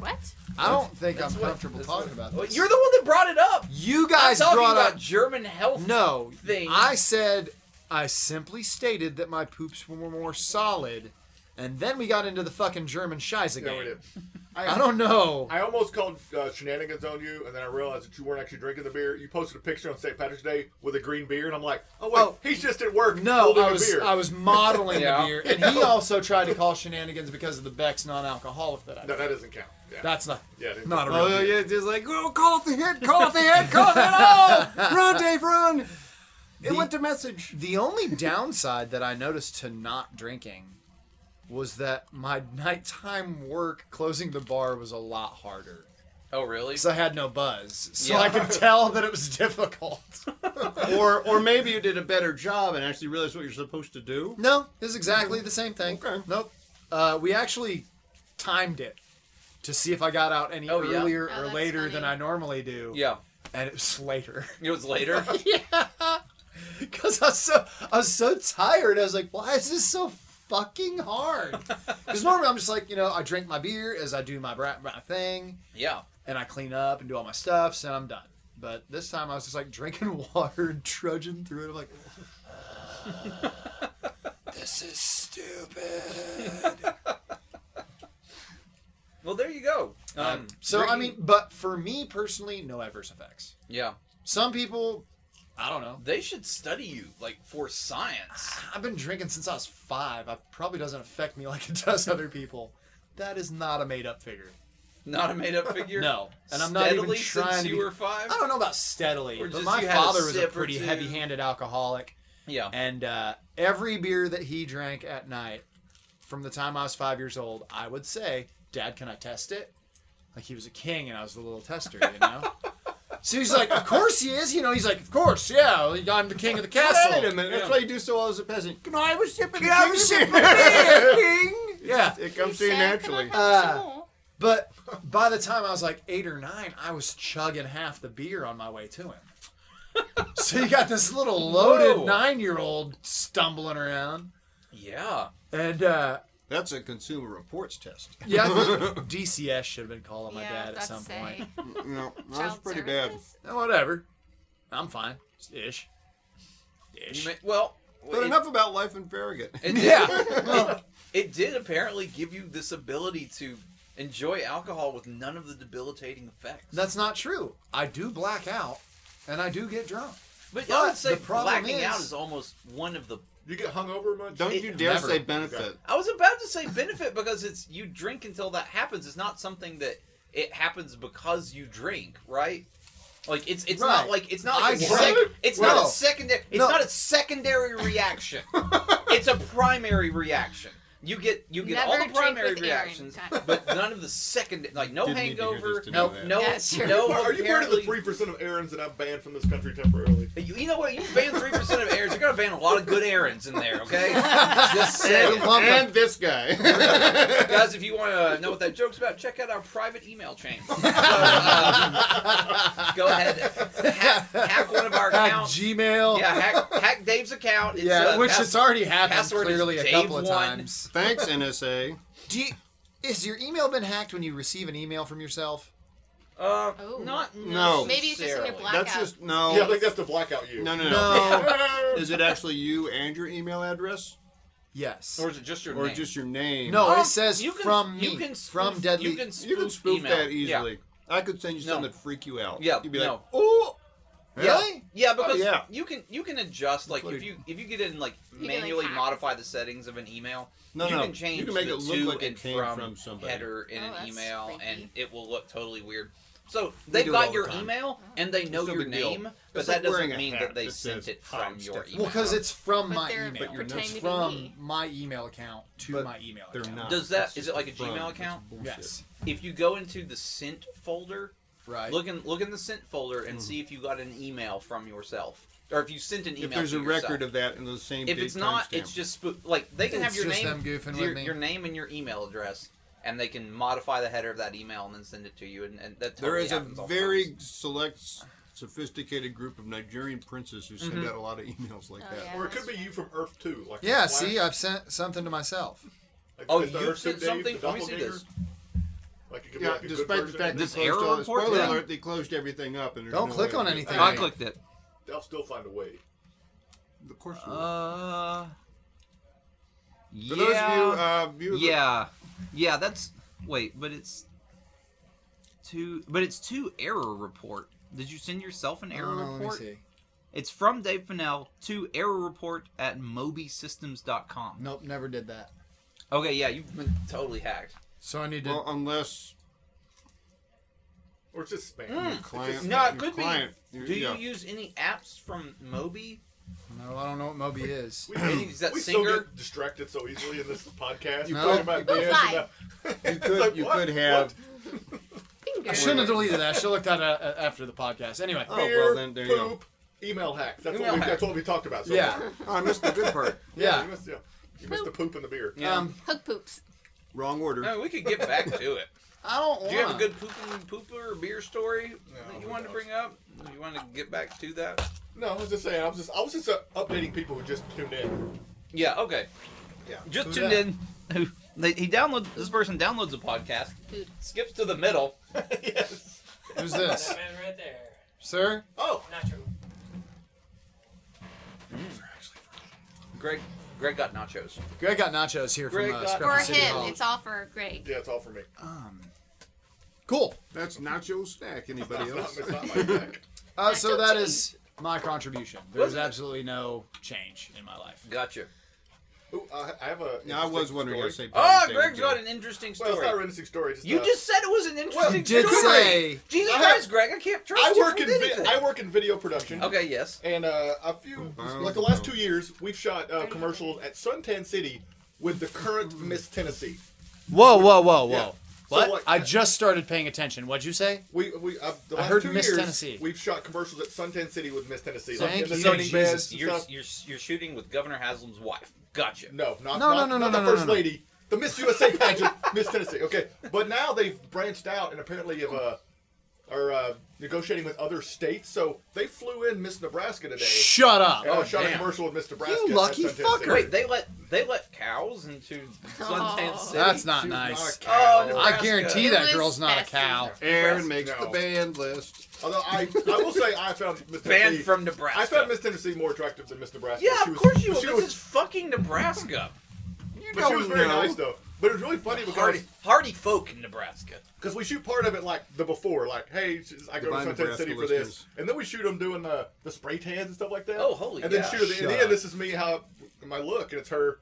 [SPEAKER 3] What?
[SPEAKER 1] I don't think
[SPEAKER 2] That's
[SPEAKER 1] I'm
[SPEAKER 2] what-
[SPEAKER 1] comfortable
[SPEAKER 2] that's
[SPEAKER 1] talking
[SPEAKER 2] what-
[SPEAKER 1] about
[SPEAKER 2] Well,
[SPEAKER 1] this.
[SPEAKER 2] You're the one that brought it up.
[SPEAKER 1] you
[SPEAKER 2] I'm
[SPEAKER 1] guys
[SPEAKER 2] talking
[SPEAKER 1] brought
[SPEAKER 2] about
[SPEAKER 1] up
[SPEAKER 2] German health.
[SPEAKER 1] no
[SPEAKER 2] things.
[SPEAKER 1] I said I simply stated that my poops were more solid And then we got into the fucking German Scheisse
[SPEAKER 4] Yeah,
[SPEAKER 1] game.
[SPEAKER 4] we did. I,
[SPEAKER 1] I don't know.
[SPEAKER 4] I almost called uh, shenanigans on you, and then I realized that you weren't actually drinking the beer. You posted a picture on St. Patrick's Day with a green beer, and I'm like, oh wait,
[SPEAKER 1] Oh.
[SPEAKER 4] he's just at work.
[SPEAKER 1] No,
[SPEAKER 4] holding
[SPEAKER 1] I was
[SPEAKER 4] a beer.
[SPEAKER 1] I was modeling
[SPEAKER 2] Yeah.
[SPEAKER 1] the beer, and he also tried to call shenanigans because of the Beck's non-alcoholic that I.
[SPEAKER 4] No, that doesn't count. Yeah,
[SPEAKER 1] That's not
[SPEAKER 4] yeah, it-
[SPEAKER 1] not a real.
[SPEAKER 6] Oh yeah, yeah, just like oh, call off the hit, call off the hit, call off the hit! Oh, run, Dave, run! It
[SPEAKER 1] The-
[SPEAKER 6] went to message.
[SPEAKER 1] The only downside that I noticed to not drinking was that my nighttime work closing the bar was a lot harder
[SPEAKER 2] Oh, really?
[SPEAKER 1] because I had no buzz, so
[SPEAKER 2] Yeah.
[SPEAKER 1] I could tell that it was difficult.
[SPEAKER 6] Or, or maybe you did a better job and actually realized what you're supposed to do.
[SPEAKER 1] No, it was exactly the same thing.
[SPEAKER 6] Okay.
[SPEAKER 1] Nope. Uh, we actually timed it to see if I got out any
[SPEAKER 2] Oh, yeah.
[SPEAKER 1] earlier
[SPEAKER 3] Oh,
[SPEAKER 1] or
[SPEAKER 3] that's
[SPEAKER 1] later than
[SPEAKER 3] funny.
[SPEAKER 1] I normally do.
[SPEAKER 2] yeah.
[SPEAKER 1] And it was later.
[SPEAKER 2] It was later.
[SPEAKER 1] yeah. Because I was so I was so tired. I was like, why is this so fucking hard? Because normally I'm just like, you know, I drink my beer as I do my bra- my thing,
[SPEAKER 2] yeah.
[SPEAKER 1] and I clean up and do all my stuffs, and I'm done. But this time I was just like drinking water and trudging through it. I'm like, this is stupid.
[SPEAKER 2] Well, there you go. Um,
[SPEAKER 1] Um, so I
[SPEAKER 2] drinking-
[SPEAKER 1] mean, but for me personally, no adverse effects.
[SPEAKER 2] yeah,
[SPEAKER 1] Some people, I don't know.
[SPEAKER 2] they should study you like for science.
[SPEAKER 1] I've been drinking since I was five. It probably doesn't affect me like it does other people. That is not a made up figure.
[SPEAKER 2] Not a made up figure.
[SPEAKER 1] No, and I'm not even
[SPEAKER 2] Steadily
[SPEAKER 1] trying.
[SPEAKER 2] since
[SPEAKER 1] To
[SPEAKER 2] you
[SPEAKER 1] be-
[SPEAKER 2] were five.
[SPEAKER 1] I don't know about steadily,
[SPEAKER 2] Or
[SPEAKER 1] but
[SPEAKER 2] just
[SPEAKER 1] my
[SPEAKER 2] you had a
[SPEAKER 1] father was a
[SPEAKER 2] sip or
[SPEAKER 1] pretty
[SPEAKER 2] two.
[SPEAKER 1] heavy handed alcoholic,
[SPEAKER 2] Yeah.
[SPEAKER 1] and uh, every beer that he drank at night, from the time I was five years old, I would say, "Dad, can I test it?" Like he was a king, and I was the little tester, you know. so he's like, "Of course he is," you know. He's like, "Of course, yeah, I'm the king of the castle."
[SPEAKER 6] Wait a minute, that's
[SPEAKER 2] Yeah.
[SPEAKER 6] why you do so well as a peasant. Can I was sipping? Can
[SPEAKER 1] I was sipping beer, Yeah.
[SPEAKER 6] It comes to
[SPEAKER 3] He
[SPEAKER 6] you
[SPEAKER 3] said,
[SPEAKER 6] naturally.
[SPEAKER 3] "Can I have
[SPEAKER 1] Uh,
[SPEAKER 3] some more?"
[SPEAKER 1] But by the time I was like eight or nine, I was chugging half the beer on my way to him. so you got this little loaded
[SPEAKER 2] Whoa.
[SPEAKER 1] nine year old stumbling around.
[SPEAKER 2] yeah.
[SPEAKER 1] And uh,
[SPEAKER 6] That's a Consumer Reports test.
[SPEAKER 1] yeah, I think DCS should have been
[SPEAKER 2] Oh,
[SPEAKER 1] calling my
[SPEAKER 3] Yeah, I
[SPEAKER 1] dad at
[SPEAKER 3] was about
[SPEAKER 1] some
[SPEAKER 3] to
[SPEAKER 1] point.
[SPEAKER 3] say.
[SPEAKER 6] No, that was
[SPEAKER 3] Child
[SPEAKER 6] pretty
[SPEAKER 3] services?
[SPEAKER 1] Eh, whatever. I'm fine. Ish.
[SPEAKER 2] You
[SPEAKER 1] Ish.
[SPEAKER 2] may, well,
[SPEAKER 6] bad. But
[SPEAKER 2] it,
[SPEAKER 6] enough about life in Farragut.
[SPEAKER 2] it
[SPEAKER 1] yeah.
[SPEAKER 2] Did,
[SPEAKER 1] Well,
[SPEAKER 2] it did apparently give you this ability to enjoy alcohol with none of the debilitating effects.
[SPEAKER 1] that's not true. I do black out and I do get drunk.
[SPEAKER 2] but,
[SPEAKER 1] but
[SPEAKER 2] I would say
[SPEAKER 1] the problem
[SPEAKER 2] blacking out
[SPEAKER 1] is-
[SPEAKER 2] is almost one of the.
[SPEAKER 4] you get hung over much.
[SPEAKER 6] Don't
[SPEAKER 2] It-
[SPEAKER 6] you dare
[SPEAKER 1] never.
[SPEAKER 6] say benefit.
[SPEAKER 2] I was about to say benefit because it's you drink until that happens. It's not something that it happens because you drink, right? Like it's it's
[SPEAKER 1] Right.
[SPEAKER 2] not like it's not like
[SPEAKER 1] I
[SPEAKER 2] a
[SPEAKER 1] get
[SPEAKER 2] sec-
[SPEAKER 1] it.
[SPEAKER 2] it's
[SPEAKER 1] No.
[SPEAKER 2] not a secondary it's
[SPEAKER 1] No.
[SPEAKER 2] not a secondary reaction. it's a primary reaction. You get you get
[SPEAKER 3] Never
[SPEAKER 2] all the
[SPEAKER 3] drink
[SPEAKER 2] primary
[SPEAKER 3] with Aaron.
[SPEAKER 2] reactions,
[SPEAKER 3] Got it.
[SPEAKER 2] but none of the second like no
[SPEAKER 6] Didn't need to hear
[SPEAKER 2] hangover,
[SPEAKER 6] this to
[SPEAKER 2] no
[SPEAKER 6] know that.
[SPEAKER 2] no
[SPEAKER 3] Yeah, sure.
[SPEAKER 2] no.
[SPEAKER 4] Are you part of the
[SPEAKER 2] apparently-
[SPEAKER 4] three percent of errands that I've banned from this country temporarily?
[SPEAKER 2] You, you know what? You ban three percent of errands. You're gonna ban a lot of good errands in there, okay? Just saying.
[SPEAKER 6] And this guy.
[SPEAKER 2] guys, if you want to know what that joke's about, check out our private email chain. So, um, go ahead, hack, hack one of our
[SPEAKER 1] Hack
[SPEAKER 2] accounts.
[SPEAKER 1] Gmail.
[SPEAKER 2] Yeah, hack, hack Dave's account. It's,
[SPEAKER 1] Yeah,
[SPEAKER 2] uh,
[SPEAKER 1] which
[SPEAKER 2] pass-
[SPEAKER 1] it's already happened
[SPEAKER 2] password is
[SPEAKER 1] clearly a
[SPEAKER 2] Dave
[SPEAKER 1] couple of
[SPEAKER 2] one.
[SPEAKER 1] times.
[SPEAKER 6] Thanks, NSA.
[SPEAKER 1] Do you, is your email been hacked when you receive an email from yourself?
[SPEAKER 2] uh,
[SPEAKER 3] Oh.
[SPEAKER 2] not
[SPEAKER 6] No.
[SPEAKER 3] Maybe it's just in your
[SPEAKER 2] necessarily.
[SPEAKER 3] black-
[SPEAKER 6] That's
[SPEAKER 3] Blackout.
[SPEAKER 6] just no.
[SPEAKER 4] Yeah, I think that's the blackout you.
[SPEAKER 6] no, no, no, Is it actually you and your email address,
[SPEAKER 1] Yes.
[SPEAKER 2] Or is it just your
[SPEAKER 6] or
[SPEAKER 2] name?
[SPEAKER 6] just your name?
[SPEAKER 7] oh,
[SPEAKER 1] no,
[SPEAKER 3] Oh.
[SPEAKER 2] Um,
[SPEAKER 1] it says
[SPEAKER 2] you can-
[SPEAKER 1] from me.
[SPEAKER 2] you can
[SPEAKER 1] from
[SPEAKER 2] spoof-
[SPEAKER 1] Deadly.
[SPEAKER 2] You can spoof,
[SPEAKER 6] you can spoof
[SPEAKER 2] email.
[SPEAKER 6] that
[SPEAKER 2] Yeah.
[SPEAKER 6] easily. I could send you something
[SPEAKER 2] No.
[SPEAKER 6] that'd freak you out.
[SPEAKER 2] Yeah,
[SPEAKER 6] you'd be like,
[SPEAKER 2] no.
[SPEAKER 6] oh,
[SPEAKER 2] Yeah.
[SPEAKER 6] really?
[SPEAKER 2] Yeah, because
[SPEAKER 6] yeah.
[SPEAKER 2] you can you can adjust like if
[SPEAKER 6] Including-
[SPEAKER 2] you if you get in like
[SPEAKER 3] can, like,
[SPEAKER 2] manually
[SPEAKER 3] hack.
[SPEAKER 2] modify the settings of an email,
[SPEAKER 6] No,
[SPEAKER 2] you
[SPEAKER 6] no,
[SPEAKER 2] can change
[SPEAKER 6] you can make
[SPEAKER 2] the
[SPEAKER 6] it look
[SPEAKER 2] to
[SPEAKER 6] like it
[SPEAKER 2] and
[SPEAKER 6] came
[SPEAKER 2] from,
[SPEAKER 6] from somebody.
[SPEAKER 2] header in
[SPEAKER 3] Oh,
[SPEAKER 2] an
[SPEAKER 3] that's
[SPEAKER 2] email,
[SPEAKER 3] creepy.
[SPEAKER 2] and it will look totally weird. So
[SPEAKER 6] We
[SPEAKER 2] they've
[SPEAKER 6] do it all
[SPEAKER 2] got
[SPEAKER 6] the
[SPEAKER 2] your
[SPEAKER 6] time.
[SPEAKER 2] email
[SPEAKER 1] Oh.
[SPEAKER 2] and they know
[SPEAKER 6] no
[SPEAKER 2] your
[SPEAKER 6] big deal.
[SPEAKER 2] name, but
[SPEAKER 6] It's
[SPEAKER 2] that
[SPEAKER 6] like wearing
[SPEAKER 2] doesn't
[SPEAKER 6] a
[SPEAKER 2] mean
[SPEAKER 6] hat
[SPEAKER 2] that they
[SPEAKER 6] that
[SPEAKER 2] sent
[SPEAKER 6] says,
[SPEAKER 2] it
[SPEAKER 6] "Hi,
[SPEAKER 2] from
[SPEAKER 6] I'm
[SPEAKER 2] your
[SPEAKER 6] Stefan."
[SPEAKER 1] well,
[SPEAKER 2] email.
[SPEAKER 1] because it's from
[SPEAKER 3] But
[SPEAKER 1] my
[SPEAKER 3] they're
[SPEAKER 1] email.
[SPEAKER 6] pretending
[SPEAKER 1] It's
[SPEAKER 3] to be
[SPEAKER 1] from
[SPEAKER 3] me.
[SPEAKER 1] my email account to
[SPEAKER 6] But
[SPEAKER 1] my email
[SPEAKER 6] They're
[SPEAKER 1] account.
[SPEAKER 6] not.
[SPEAKER 2] Does
[SPEAKER 6] It's
[SPEAKER 2] that- is
[SPEAKER 6] just
[SPEAKER 2] it like a
[SPEAKER 6] from.
[SPEAKER 2] Gmail
[SPEAKER 6] It's
[SPEAKER 2] account?
[SPEAKER 6] bullshit.
[SPEAKER 1] Yes.
[SPEAKER 2] If you go into the sent folder,
[SPEAKER 1] Right.
[SPEAKER 2] look in look in the sent folder and see if you got an email from yourself, or if you sent an email.
[SPEAKER 6] Mm-hmm. If there's
[SPEAKER 2] to
[SPEAKER 6] a record
[SPEAKER 2] yourself.
[SPEAKER 6] of that in the same.
[SPEAKER 2] if
[SPEAKER 6] big
[SPEAKER 2] it's not,
[SPEAKER 6] timestamp.
[SPEAKER 2] it's just spoo- like they can have
[SPEAKER 1] It's
[SPEAKER 2] your
[SPEAKER 1] just
[SPEAKER 2] name,
[SPEAKER 1] them goofing
[SPEAKER 2] your,
[SPEAKER 1] with me.
[SPEAKER 2] your name and your email address, and they can modify the header of that email and then send it to you. And, and that totally
[SPEAKER 6] there is a
[SPEAKER 2] happens all the
[SPEAKER 6] very
[SPEAKER 2] time.
[SPEAKER 6] select, sophisticated group of Nigerian princes who send
[SPEAKER 2] Mhm.
[SPEAKER 6] out a lot of emails like
[SPEAKER 3] Oh,
[SPEAKER 6] that.
[SPEAKER 3] yeah.
[SPEAKER 4] Or it could be you from Earth Two. Like
[SPEAKER 1] yeah,
[SPEAKER 4] the Flash.
[SPEAKER 1] see, I've sent something to myself.
[SPEAKER 4] Like,
[SPEAKER 2] Oh,
[SPEAKER 4] is the
[SPEAKER 2] you
[SPEAKER 4] Earth Two
[SPEAKER 2] sent
[SPEAKER 4] Dave the
[SPEAKER 2] something? Let me see
[SPEAKER 4] doppelganger?
[SPEAKER 2] this.
[SPEAKER 4] Like it could
[SPEAKER 6] Yeah,
[SPEAKER 4] be like a
[SPEAKER 6] despite
[SPEAKER 4] good
[SPEAKER 6] the fact that
[SPEAKER 5] This
[SPEAKER 6] they closed
[SPEAKER 5] error
[SPEAKER 6] all,
[SPEAKER 5] report?
[SPEAKER 6] spoiler
[SPEAKER 5] Yeah.
[SPEAKER 6] alert, they closed everything up and there's
[SPEAKER 1] Don't
[SPEAKER 6] no
[SPEAKER 1] click
[SPEAKER 6] way
[SPEAKER 1] on
[SPEAKER 6] to-
[SPEAKER 1] anything.
[SPEAKER 5] I clicked it.
[SPEAKER 4] they'll still find a way.
[SPEAKER 2] Uh,
[SPEAKER 6] Of course, they will.
[SPEAKER 5] Uh, yeah,
[SPEAKER 7] For those of you, uh, viewers,
[SPEAKER 5] yeah, yeah. That's wait, but it's two. But it's two error report. Did you send yourself an
[SPEAKER 7] Uh,
[SPEAKER 5] error
[SPEAKER 1] Oh,
[SPEAKER 5] report?
[SPEAKER 1] Let me see.
[SPEAKER 5] It's from Dave Fennell to error report at mobysystems.com.
[SPEAKER 1] Nope, never did that.
[SPEAKER 5] Okay, yeah, you
[SPEAKER 2] Been totally hacked.
[SPEAKER 1] So I need to.
[SPEAKER 7] well, unless
[SPEAKER 4] Or it's just spam.
[SPEAKER 2] Mm.
[SPEAKER 7] your client,
[SPEAKER 2] Hmm. No, it
[SPEAKER 7] your
[SPEAKER 2] could
[SPEAKER 7] client,
[SPEAKER 2] be.
[SPEAKER 7] your-
[SPEAKER 2] Do you
[SPEAKER 7] yeah.
[SPEAKER 2] use any apps from Moby?
[SPEAKER 1] no, I don't know what Moby is.
[SPEAKER 4] We,
[SPEAKER 2] Is that
[SPEAKER 4] we
[SPEAKER 2] singer?
[SPEAKER 4] still get distracted so easily in this podcast.
[SPEAKER 1] You
[SPEAKER 4] You
[SPEAKER 1] No.
[SPEAKER 4] talking about
[SPEAKER 3] Go
[SPEAKER 4] this
[SPEAKER 3] fly.
[SPEAKER 4] and that.
[SPEAKER 7] You could, you could have.
[SPEAKER 3] Finger.
[SPEAKER 1] I shouldn't have deleted that. I should have looked that uh, after the podcast. Anyway,
[SPEAKER 7] Oh,
[SPEAKER 4] Beer,
[SPEAKER 7] well, then there you go.
[SPEAKER 4] poop, email hacks. That's,
[SPEAKER 2] Email
[SPEAKER 4] what we,
[SPEAKER 2] hack.
[SPEAKER 4] that's what we talked about. So
[SPEAKER 1] Yeah.
[SPEAKER 4] far.
[SPEAKER 7] Oh, I missed the good part.
[SPEAKER 1] Yeah.
[SPEAKER 4] You missed, yeah. You missed the poop and the beer.
[SPEAKER 1] um,
[SPEAKER 3] Hook poops.
[SPEAKER 7] Wrong order.
[SPEAKER 2] No, we could get back to it.
[SPEAKER 1] I don't want.
[SPEAKER 2] Do you have a good pooping pooper or beer story that you
[SPEAKER 4] who
[SPEAKER 2] wanted to
[SPEAKER 4] knows?
[SPEAKER 2] bring up? You want to get back to that?
[SPEAKER 4] No, I was just saying. I was just I was just uh, updating people who just tuned in.
[SPEAKER 2] Yeah. Okay.
[SPEAKER 4] Yeah.
[SPEAKER 5] just
[SPEAKER 1] Who's
[SPEAKER 5] tuned in. Who they, he downloads? This person downloads a podcast,
[SPEAKER 3] Food.
[SPEAKER 2] skips to the middle.
[SPEAKER 4] yes.
[SPEAKER 1] Who's this,
[SPEAKER 8] That man right there.
[SPEAKER 1] sir?
[SPEAKER 4] Oh,
[SPEAKER 8] Nacho.
[SPEAKER 2] Greg. Greg got nachos.
[SPEAKER 1] Greg got nachos here
[SPEAKER 2] Greg
[SPEAKER 1] from uh,
[SPEAKER 2] got-
[SPEAKER 1] Scruffy
[SPEAKER 3] For
[SPEAKER 1] City
[SPEAKER 3] him,
[SPEAKER 1] Hall.
[SPEAKER 3] it's all for Greg.
[SPEAKER 4] yeah. It's all for me.
[SPEAKER 1] um, cool.
[SPEAKER 7] That's not your stack. Anybody
[SPEAKER 4] It's not,
[SPEAKER 7] else?
[SPEAKER 4] it's not my back.
[SPEAKER 1] Uh, so that
[SPEAKER 3] Nacho
[SPEAKER 1] is my contribution. There's
[SPEAKER 2] Wasn't it-
[SPEAKER 1] absolutely no change in my life.
[SPEAKER 2] Gotcha.
[SPEAKER 4] Ooh, I, I have a.
[SPEAKER 7] Yeah, I was
[SPEAKER 4] interesting
[SPEAKER 7] wondering. I
[SPEAKER 4] Story.
[SPEAKER 7] say.
[SPEAKER 2] Oh,
[SPEAKER 7] Patrick's Day
[SPEAKER 2] Greg's
[SPEAKER 7] would
[SPEAKER 2] got
[SPEAKER 7] go.
[SPEAKER 2] an interesting
[SPEAKER 4] Well,
[SPEAKER 2] story.
[SPEAKER 4] it's not an interesting story. Just,
[SPEAKER 2] you
[SPEAKER 4] uh,
[SPEAKER 2] just said it was an interesting
[SPEAKER 1] You did
[SPEAKER 2] story.
[SPEAKER 1] say-
[SPEAKER 2] Jesus
[SPEAKER 4] I have-
[SPEAKER 2] Christ, Greg, I can't trust
[SPEAKER 4] I
[SPEAKER 2] you
[SPEAKER 4] work in
[SPEAKER 2] with
[SPEAKER 4] vi-
[SPEAKER 2] anything.
[SPEAKER 4] I work in video production.
[SPEAKER 2] Okay. Yes.
[SPEAKER 4] And uh, a few, like the last two years, we've shot uh, commercials at Suntan City with the current
[SPEAKER 2] Mm.
[SPEAKER 4] Miss Tennessee.
[SPEAKER 1] Whoa, whoa, whoa, whoa.
[SPEAKER 4] Yeah. So,
[SPEAKER 1] What?
[SPEAKER 4] like,
[SPEAKER 1] I
[SPEAKER 4] that-
[SPEAKER 1] just started paying attention. What'd you say?
[SPEAKER 4] We we uh, the
[SPEAKER 1] I
[SPEAKER 4] last
[SPEAKER 1] heard
[SPEAKER 4] two
[SPEAKER 1] Miss
[SPEAKER 4] years,
[SPEAKER 1] Tennessee.
[SPEAKER 4] We've shot commercials at Suntan City with Miss Tennessee.
[SPEAKER 1] Thank
[SPEAKER 4] like, in
[SPEAKER 1] you.
[SPEAKER 4] the
[SPEAKER 1] So
[SPEAKER 4] tanning
[SPEAKER 1] Jesus,
[SPEAKER 4] beds and
[SPEAKER 2] You're,
[SPEAKER 4] stuff.
[SPEAKER 2] you're you're shooting with Governor Haslam's wife. Gotcha.
[SPEAKER 4] No, not,
[SPEAKER 1] No, no, no,
[SPEAKER 4] no, not,
[SPEAKER 1] no,
[SPEAKER 4] no, not the
[SPEAKER 1] no, no,
[SPEAKER 4] first
[SPEAKER 1] no.
[SPEAKER 4] lady. The Miss USA pageant, Miss Tennessee. Okay, but now they've branched out and apparently have uh, are uh, negotiating with other states. So they flew in Miss Nebraska today. Oh,
[SPEAKER 1] Shut up.
[SPEAKER 4] And I shot
[SPEAKER 2] damn.
[SPEAKER 4] a commercial with Miss Nebraska.
[SPEAKER 1] Oh, You
[SPEAKER 4] at
[SPEAKER 1] lucky
[SPEAKER 4] Suntan City.
[SPEAKER 1] fucker.
[SPEAKER 2] Wait, they let they let cows into Suntan
[SPEAKER 3] Oh.
[SPEAKER 2] City.
[SPEAKER 1] That's not
[SPEAKER 4] She was
[SPEAKER 1] nice.
[SPEAKER 4] not a cow.
[SPEAKER 2] Oh.
[SPEAKER 1] I guarantee
[SPEAKER 3] It
[SPEAKER 1] that
[SPEAKER 3] was
[SPEAKER 1] girl's not a
[SPEAKER 3] best
[SPEAKER 1] cow.
[SPEAKER 7] Aaron makes
[SPEAKER 4] No.
[SPEAKER 7] the band list.
[SPEAKER 4] Although I, I will say I found Miss
[SPEAKER 2] banned
[SPEAKER 4] Tennessee.
[SPEAKER 2] from Nebraska.
[SPEAKER 4] I found Miss Tennessee more attractive than Miss Nebraska.
[SPEAKER 2] yeah,
[SPEAKER 4] She
[SPEAKER 2] of
[SPEAKER 4] was-
[SPEAKER 2] course you will.
[SPEAKER 4] She
[SPEAKER 2] This
[SPEAKER 4] was,
[SPEAKER 2] is fucking Nebraska.
[SPEAKER 7] You
[SPEAKER 4] but she was very
[SPEAKER 7] know.
[SPEAKER 4] nice though. But it was really funny because
[SPEAKER 2] Hardy, hardy folk in Nebraska.
[SPEAKER 4] because we shoot part of it like the before, like hey, she's- I go to
[SPEAKER 7] Divine
[SPEAKER 4] Sunset City
[SPEAKER 7] Nebraska
[SPEAKER 4] for this,
[SPEAKER 7] listeners.
[SPEAKER 4] and then we shoot them doing the the spray tans and stuff like that.
[SPEAKER 2] Oh, holy
[SPEAKER 4] And then
[SPEAKER 2] cow.
[SPEAKER 4] shoot at the,
[SPEAKER 7] Shut
[SPEAKER 4] and then
[SPEAKER 7] up.
[SPEAKER 4] this is me how my look, and it's her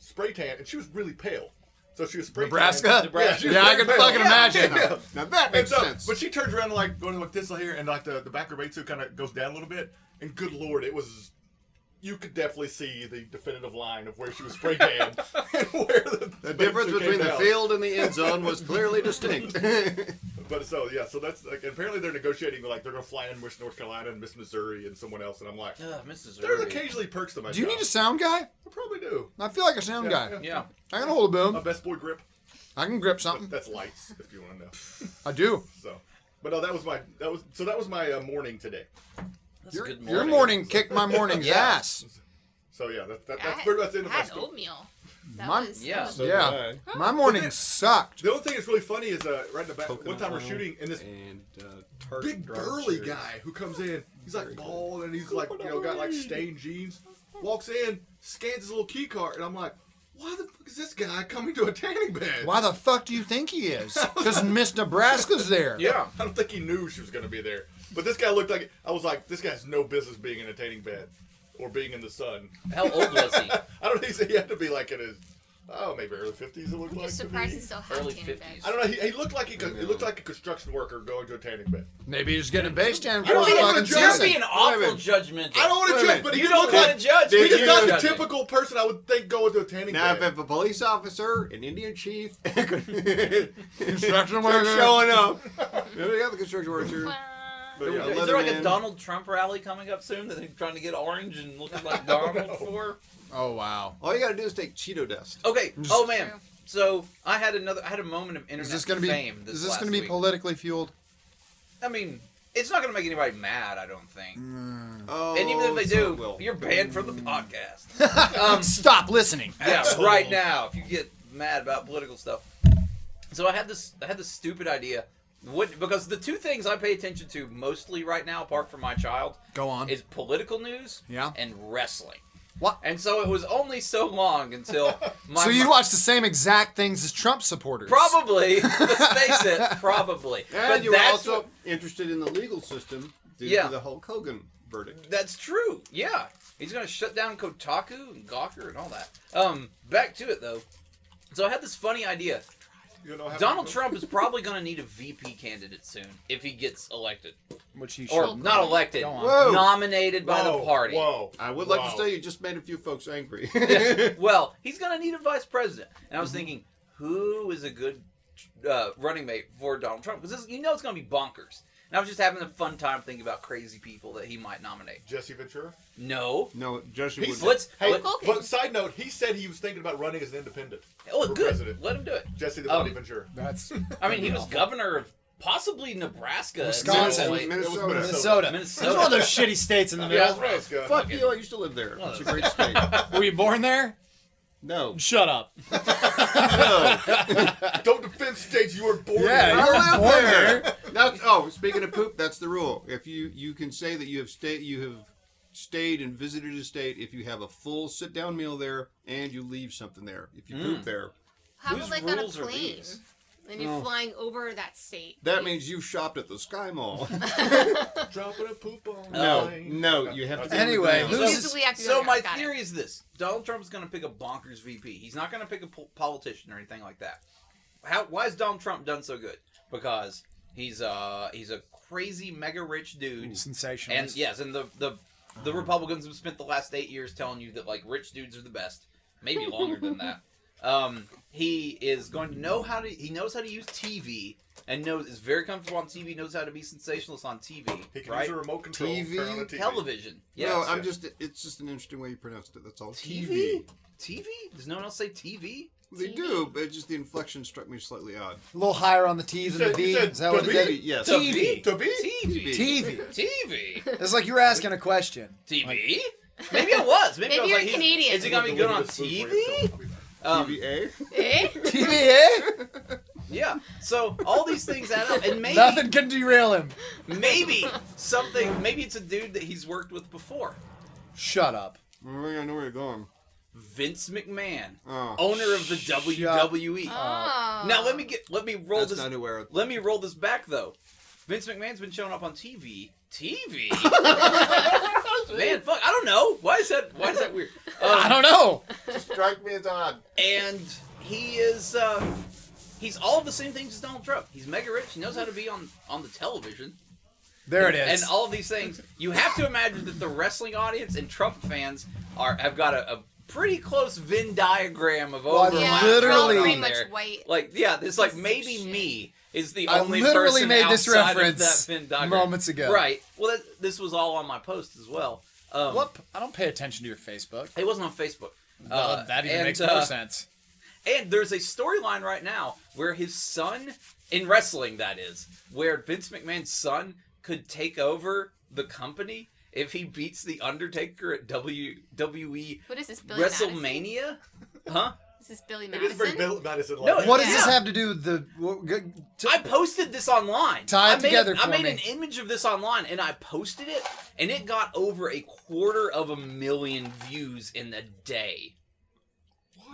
[SPEAKER 4] spray tan, and she was really pale, so she was spray
[SPEAKER 1] Nebraska?
[SPEAKER 4] Tanned. Yeah, she was
[SPEAKER 1] Yeah, I
[SPEAKER 4] very
[SPEAKER 1] can
[SPEAKER 4] pale.
[SPEAKER 1] fucking
[SPEAKER 4] Yeah.
[SPEAKER 1] imagine.
[SPEAKER 4] Yeah.
[SPEAKER 7] Now that
[SPEAKER 4] And
[SPEAKER 7] makes
[SPEAKER 4] so,
[SPEAKER 7] sense.
[SPEAKER 4] but she turns around and like going like this here, and like the, the back of her too kind of goes down a little bit. And good lord, it was you could definitely see the definitive line of where she was spray tanned and where the,
[SPEAKER 7] the
[SPEAKER 4] Batsu
[SPEAKER 7] difference
[SPEAKER 4] came
[SPEAKER 7] between the
[SPEAKER 4] down.
[SPEAKER 7] field and the end zone was clearly distinct.
[SPEAKER 4] But so yeah, so that's like apparently they're negotiating like they're gonna fly in Miss North Carolina and Miss Missouri and someone else, and I'm like,
[SPEAKER 2] Ugh, Mrs.
[SPEAKER 4] there's
[SPEAKER 2] Irby.
[SPEAKER 4] occasionally perks to my
[SPEAKER 1] Do you
[SPEAKER 4] job.
[SPEAKER 1] need a sound guy?
[SPEAKER 4] I probably do.
[SPEAKER 1] I feel like a sound
[SPEAKER 4] Yeah,
[SPEAKER 1] guy.
[SPEAKER 2] Yeah.
[SPEAKER 1] I can hold a boom.
[SPEAKER 4] My best boy grip.
[SPEAKER 1] I can grip something.
[SPEAKER 4] That's lights if you want to know.
[SPEAKER 1] I do.
[SPEAKER 4] So, but no, that was my that was so that was my uh, morning today.
[SPEAKER 2] That's
[SPEAKER 1] Your,
[SPEAKER 2] good morning.
[SPEAKER 1] your morning kicked my morning's
[SPEAKER 2] Yeah.
[SPEAKER 1] ass.
[SPEAKER 4] So yeah, that, that,
[SPEAKER 3] I
[SPEAKER 4] that's
[SPEAKER 3] had-
[SPEAKER 4] pretty much the end
[SPEAKER 3] I
[SPEAKER 4] of my
[SPEAKER 3] had
[SPEAKER 4] story.
[SPEAKER 3] oatmeal. That
[SPEAKER 1] Mine-
[SPEAKER 3] was,
[SPEAKER 2] Yeah.
[SPEAKER 3] That was
[SPEAKER 1] So- Yeah. My morning sucked.
[SPEAKER 4] The only thing that's really funny is uh, right in the back. one
[SPEAKER 7] Coconut
[SPEAKER 4] time we're
[SPEAKER 7] oil
[SPEAKER 4] shooting, and this
[SPEAKER 7] and uh, tart
[SPEAKER 4] big
[SPEAKER 7] dry
[SPEAKER 4] burly
[SPEAKER 7] cherries.
[SPEAKER 4] guy who comes in, he's like bald and he's like you know got like stained jeans. Walks in, scans his little key card, and I'm like, why the fuck is this guy coming to a tanning bed?
[SPEAKER 1] Why the fuck do you think he is? Because Miss Nebraska's there.
[SPEAKER 2] Yeah.
[SPEAKER 4] I don't think he knew she was gonna be there. But this guy looked like I was like, this guy's no business being in a tanning bed or being in the sun.
[SPEAKER 2] How old was he?
[SPEAKER 4] I don't think he had to be like in his oh maybe early fifties. It looked
[SPEAKER 3] I'm
[SPEAKER 4] like
[SPEAKER 3] just
[SPEAKER 4] to
[SPEAKER 3] surprised
[SPEAKER 4] me.
[SPEAKER 3] he still had
[SPEAKER 2] Early
[SPEAKER 3] tanning
[SPEAKER 2] 50s.
[SPEAKER 3] beds.
[SPEAKER 4] I don't know. He, he looked like he could, he looked like a construction worker going to a tanning bed.
[SPEAKER 1] Maybe he's getting a base tan for
[SPEAKER 4] don't
[SPEAKER 1] the
[SPEAKER 4] think
[SPEAKER 1] fucking
[SPEAKER 4] I'm gonna judge
[SPEAKER 2] You're
[SPEAKER 1] season.
[SPEAKER 4] Seriously.
[SPEAKER 2] being awful judgmental.
[SPEAKER 4] I don't want to
[SPEAKER 7] Wait a
[SPEAKER 4] judge,
[SPEAKER 7] minute.
[SPEAKER 4] but he
[SPEAKER 2] you
[SPEAKER 4] did
[SPEAKER 2] don't
[SPEAKER 4] look
[SPEAKER 2] want
[SPEAKER 4] like-
[SPEAKER 2] to judge.
[SPEAKER 4] He's
[SPEAKER 7] Did
[SPEAKER 2] because
[SPEAKER 7] you-
[SPEAKER 4] not the
[SPEAKER 2] judging.
[SPEAKER 4] typical person I would think going to a tanning
[SPEAKER 7] Now, if
[SPEAKER 4] bed.
[SPEAKER 7] if a police officer, an Indian chief,
[SPEAKER 1] Construction
[SPEAKER 7] They're
[SPEAKER 1] worker.
[SPEAKER 7] showing up. Then we got the construction worker.
[SPEAKER 3] Wah.
[SPEAKER 7] But yeah,
[SPEAKER 2] Is there like a
[SPEAKER 7] Leatherman.
[SPEAKER 2] Donald Trump rally coming up soon that they're trying to get orange and looking like Donald for?
[SPEAKER 1] Oh wow.
[SPEAKER 7] All you gotta do is take Cheeto dust.
[SPEAKER 2] Okay.
[SPEAKER 1] Just-
[SPEAKER 2] Oh man. So I had another. I had a moment of internet
[SPEAKER 1] Is this gonna be?
[SPEAKER 2] fame.
[SPEAKER 1] Is this
[SPEAKER 2] last
[SPEAKER 1] gonna be
[SPEAKER 2] week.
[SPEAKER 1] politically fueled?
[SPEAKER 2] I mean, it's not gonna make anybody mad. I don't think.
[SPEAKER 7] Oh,
[SPEAKER 2] and even if they
[SPEAKER 7] so
[SPEAKER 2] do,
[SPEAKER 7] it will.
[SPEAKER 2] you're banned from the podcast. Um,
[SPEAKER 1] Stop listening.
[SPEAKER 2] yeah,
[SPEAKER 4] Asshole.
[SPEAKER 2] right now, if you get mad about political stuff. So I had this, I had this stupid idea. What because the two things I pay attention to mostly right now, apart from my child,
[SPEAKER 1] Go on.
[SPEAKER 2] is political news
[SPEAKER 1] Yeah.
[SPEAKER 2] and wrestling.
[SPEAKER 1] What?
[SPEAKER 2] And so it was only so long until my
[SPEAKER 1] so you
[SPEAKER 2] mo-
[SPEAKER 1] watch the same exact things as Trump supporters.
[SPEAKER 2] probably let's face it probably.
[SPEAKER 7] And
[SPEAKER 2] but
[SPEAKER 7] you were
[SPEAKER 2] that's
[SPEAKER 7] also
[SPEAKER 2] what-
[SPEAKER 7] interested in the legal system due
[SPEAKER 2] Yeah.
[SPEAKER 7] to the Hulk Hogan verdict.
[SPEAKER 2] that's true. Yeah, he's gonna shut down Kotaku and Gawker and all that. Um, back to it though. So I had this funny idea.
[SPEAKER 4] You know, how-
[SPEAKER 2] Donald Trump is probably going to need a VP candidate soon if he gets elected,
[SPEAKER 1] Which he
[SPEAKER 2] or
[SPEAKER 1] should.
[SPEAKER 2] not elected,
[SPEAKER 1] Go on.
[SPEAKER 7] Whoa.
[SPEAKER 2] nominated by the
[SPEAKER 4] Whoa,
[SPEAKER 2] party.
[SPEAKER 4] Whoa.
[SPEAKER 7] I would like
[SPEAKER 4] whoa.
[SPEAKER 7] to say you just made a few folks angry.
[SPEAKER 2] Well, he's going to need a vice president, and I
[SPEAKER 1] Mhm.
[SPEAKER 2] was thinking, who is a good uh, running mate for Donald Trump? Because you know it's going to be bonkers. And I was just having a fun time thinking about crazy people that he might nominate.
[SPEAKER 4] Jesse Ventura.
[SPEAKER 2] No,
[SPEAKER 7] no, Jesse
[SPEAKER 4] He's
[SPEAKER 7] would.
[SPEAKER 2] let's.
[SPEAKER 4] Hey,
[SPEAKER 2] let-
[SPEAKER 3] Okay.
[SPEAKER 4] but side note, he said he was thinking about running as an independent.
[SPEAKER 2] oh,
[SPEAKER 4] for
[SPEAKER 2] good.
[SPEAKER 4] president.
[SPEAKER 2] Let him do it.
[SPEAKER 4] Jesse the
[SPEAKER 2] Um,
[SPEAKER 4] Body Ventura.
[SPEAKER 1] That's
[SPEAKER 2] I mean, he was governor of possibly Nebraska, at some
[SPEAKER 1] Wisconsin.
[SPEAKER 2] point.
[SPEAKER 4] It was
[SPEAKER 7] Minnesota.
[SPEAKER 1] Minnesota.
[SPEAKER 2] Minnesota.
[SPEAKER 1] It's one of those shitty states in the middle.
[SPEAKER 2] Yeah.
[SPEAKER 4] Nebraska.
[SPEAKER 7] Fuck you! I used to live there. It's a great state.
[SPEAKER 1] Were you born there?
[SPEAKER 7] No.
[SPEAKER 1] Shut up.
[SPEAKER 4] Don't defend states you were born in.
[SPEAKER 1] Yeah, you
[SPEAKER 7] I
[SPEAKER 1] were
[SPEAKER 7] live
[SPEAKER 1] born
[SPEAKER 7] there.
[SPEAKER 1] there.
[SPEAKER 7] That's, oh, speaking of poop, that's the rule. If you you can say that you have stayed, you have stayed and visited a state if you have a full sit down meal there and you leave something there. If you
[SPEAKER 2] Hmm.
[SPEAKER 7] poop there,
[SPEAKER 3] How
[SPEAKER 2] Whose
[SPEAKER 3] about like on a
[SPEAKER 2] rules are
[SPEAKER 3] plane?
[SPEAKER 2] these?
[SPEAKER 3] And you're flying over that state.
[SPEAKER 7] that means you've shopped at the Sky Mall.
[SPEAKER 4] Dropping a poop on
[SPEAKER 2] Oh,
[SPEAKER 7] no,
[SPEAKER 4] me.
[SPEAKER 7] no, you have to. do it
[SPEAKER 1] Anyway,
[SPEAKER 7] now.
[SPEAKER 1] Lou-
[SPEAKER 3] Usually
[SPEAKER 1] loses-
[SPEAKER 3] we have to
[SPEAKER 2] So
[SPEAKER 3] go
[SPEAKER 2] my
[SPEAKER 3] there. Got it.
[SPEAKER 2] theory is this: Donald Trump's going to pick a bonkers VP. He's not going to pick a po- politician or anything like that. How? Why has Donald Trump done so good? Because he's uh he's a crazy mega rich dude,
[SPEAKER 1] Sensational.
[SPEAKER 2] and yes, and the the the Republicans have spent the last eight years telling you that like rich dudes are the best, maybe longer than that. Um, he is going to know how to he knows how to use TV and knows is very comfortable on TV. Knows how to be sensationalist on TV,
[SPEAKER 4] He can
[SPEAKER 2] right?
[SPEAKER 4] use a remote control.
[SPEAKER 7] TV,
[SPEAKER 4] turn on a TV.
[SPEAKER 2] Television. Yes.
[SPEAKER 7] no, I'm just. It's just an interesting way you pronounced it. That's all.
[SPEAKER 2] TV? TV? Does no one else say TV?
[SPEAKER 7] They do, but just the inflection struck me slightly odd.
[SPEAKER 1] a little higher on the T's
[SPEAKER 4] You
[SPEAKER 1] than the
[SPEAKER 4] said- you
[SPEAKER 1] V.
[SPEAKER 4] said
[SPEAKER 1] Is that what
[SPEAKER 4] the
[SPEAKER 1] it
[SPEAKER 4] V?
[SPEAKER 1] did?
[SPEAKER 7] Yes.
[SPEAKER 2] TV.
[SPEAKER 4] To be?
[SPEAKER 2] TV.
[SPEAKER 1] TV.
[SPEAKER 2] TV.
[SPEAKER 1] It's like you were asking a question.
[SPEAKER 2] TV? Maybe I was. Maybe,
[SPEAKER 3] Maybe
[SPEAKER 2] I was
[SPEAKER 3] you're
[SPEAKER 2] like,
[SPEAKER 3] a
[SPEAKER 2] he's-
[SPEAKER 3] Canadian.
[SPEAKER 2] Is he gonna be good on
[SPEAKER 4] This food for yourself.
[SPEAKER 2] TV?
[SPEAKER 4] I'll be back.
[SPEAKER 2] Um,
[SPEAKER 7] TVA.
[SPEAKER 3] Eh?
[SPEAKER 1] TV, eh?
[SPEAKER 2] yeah. So all these things add up, and maybe
[SPEAKER 1] Nothing can derail him.
[SPEAKER 2] maybe something. Maybe it's a dude that he's worked with before.
[SPEAKER 1] Shut up.
[SPEAKER 7] I think I know where you're going.
[SPEAKER 2] Vince McMahon,
[SPEAKER 7] Oh,
[SPEAKER 2] owner of the WWE.
[SPEAKER 3] Oh.
[SPEAKER 2] Now let me get let me roll
[SPEAKER 7] that's
[SPEAKER 2] this.
[SPEAKER 7] not nowhere.
[SPEAKER 2] Let me roll this back though. Vince McMahon's been showing up on TV. TV. Man, fuck. I don't know. Why is that? Why is that weird?
[SPEAKER 1] I
[SPEAKER 2] Um,
[SPEAKER 1] don't know.
[SPEAKER 7] Strike me as odd.
[SPEAKER 2] and he is. Uh, he's all the same things as Donald Trump. He's mega rich. He knows how to be on on the television.
[SPEAKER 1] There it is.
[SPEAKER 2] And all of these things, you have to imagine that the wrestling audience and Trump fans are have got a, a pretty close Venn diagram of
[SPEAKER 1] Well, I
[SPEAKER 2] overlap.
[SPEAKER 3] Oh. yeah,
[SPEAKER 2] going
[SPEAKER 1] literally-
[SPEAKER 3] literally
[SPEAKER 2] on
[SPEAKER 3] pretty much
[SPEAKER 2] there.
[SPEAKER 3] white.
[SPEAKER 2] Like yeah, it's like
[SPEAKER 3] Piece of
[SPEAKER 2] maybe
[SPEAKER 3] shit.
[SPEAKER 2] me is the
[SPEAKER 1] I
[SPEAKER 2] only
[SPEAKER 1] literally
[SPEAKER 2] person
[SPEAKER 1] made this
[SPEAKER 2] outside of
[SPEAKER 1] reference
[SPEAKER 2] that Venn diagram.
[SPEAKER 1] moments ago.
[SPEAKER 2] Right. Well, that, this was all on my post as well. Um,
[SPEAKER 1] Whoop. I don't pay attention to your Facebook.
[SPEAKER 2] It wasn't on Facebook.
[SPEAKER 1] Uh,
[SPEAKER 2] Uh,
[SPEAKER 1] that even
[SPEAKER 2] and,
[SPEAKER 1] makes
[SPEAKER 2] uh,
[SPEAKER 1] no sense.
[SPEAKER 2] And there's a storyline right now where his son, in wrestling that is, where Vince McMahon's son could take over the company if he beats The Undertaker at WWE
[SPEAKER 3] What is this, Billy Madison?
[SPEAKER 2] WrestleMania? Huh?
[SPEAKER 3] Is this Billy
[SPEAKER 4] It is very
[SPEAKER 3] Madison?
[SPEAKER 4] Bill Madison
[SPEAKER 2] No,
[SPEAKER 4] like.
[SPEAKER 1] What does
[SPEAKER 3] yeah.
[SPEAKER 1] this have to do with the? what- g- t-
[SPEAKER 2] I posted this online.
[SPEAKER 1] Tie it
[SPEAKER 2] I made,
[SPEAKER 1] together
[SPEAKER 2] I
[SPEAKER 1] for
[SPEAKER 2] made
[SPEAKER 1] me.
[SPEAKER 2] an image of this online and I posted it, and it got over a quarter of a million views in a day.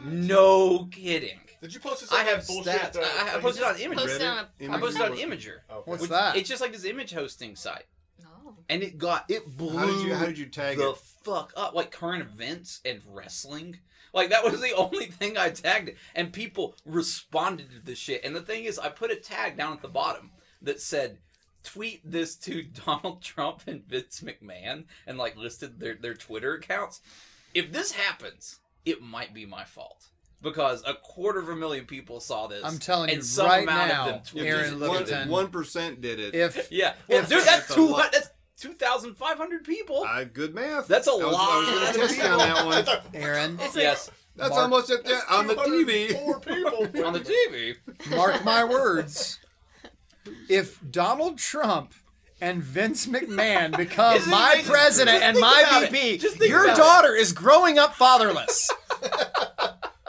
[SPEAKER 2] No kidding.
[SPEAKER 4] Did you post this?
[SPEAKER 2] I
[SPEAKER 4] on
[SPEAKER 2] have
[SPEAKER 4] that bullshit,
[SPEAKER 2] stats.
[SPEAKER 4] uh,
[SPEAKER 2] I, I
[SPEAKER 4] thing?
[SPEAKER 2] posted on Imager.
[SPEAKER 3] Posted on a
[SPEAKER 2] I
[SPEAKER 7] Imager.
[SPEAKER 2] posted on Imager.
[SPEAKER 4] Okay.
[SPEAKER 1] What's
[SPEAKER 2] Which-
[SPEAKER 1] that?
[SPEAKER 2] It's just like this image hosting site,
[SPEAKER 3] Oh.
[SPEAKER 2] and it got it blew
[SPEAKER 7] How did you how did you tag
[SPEAKER 2] the
[SPEAKER 7] it?
[SPEAKER 2] fuck up, like current events and wrestling. Like that was the only thing I tagged, and people responded to this shit. And the thing is, I put a tag down at the bottom that said. Tweet this to Donald Trump and Vince McMahon, and like listed their, their Twitter accounts. If this happens, it might be my fault because a quarter of a million people saw this.
[SPEAKER 1] I'm telling
[SPEAKER 2] and
[SPEAKER 1] you
[SPEAKER 2] some
[SPEAKER 1] right
[SPEAKER 2] amount
[SPEAKER 1] now,
[SPEAKER 2] of them tweeted
[SPEAKER 1] Aaron
[SPEAKER 2] it.
[SPEAKER 1] Littleton.
[SPEAKER 7] One percent did it.
[SPEAKER 1] if
[SPEAKER 2] Yeah. Well,
[SPEAKER 1] If-
[SPEAKER 2] dude, that's
[SPEAKER 7] That's a
[SPEAKER 2] two.
[SPEAKER 7] lot.
[SPEAKER 2] That's two thousand five hundred people.
[SPEAKER 7] I, good math.
[SPEAKER 2] That's a
[SPEAKER 7] I was, I was
[SPEAKER 2] lot
[SPEAKER 7] gonna
[SPEAKER 2] of
[SPEAKER 7] test you on
[SPEAKER 2] people.
[SPEAKER 7] that one.
[SPEAKER 1] Aaron,
[SPEAKER 2] yes,
[SPEAKER 7] That's
[SPEAKER 1] Mark-
[SPEAKER 7] almost up there on the TV.
[SPEAKER 4] Four people.
[SPEAKER 2] on the TV.
[SPEAKER 1] mark my words. If Donald Trump and Vince McMahon become
[SPEAKER 2] Isn't it
[SPEAKER 1] my
[SPEAKER 2] amazing?
[SPEAKER 1] president
[SPEAKER 2] Just
[SPEAKER 1] and
[SPEAKER 2] think
[SPEAKER 1] my
[SPEAKER 2] about it.
[SPEAKER 1] VP,
[SPEAKER 2] Just think
[SPEAKER 1] your
[SPEAKER 2] about it.
[SPEAKER 1] daughter is growing up fatherless.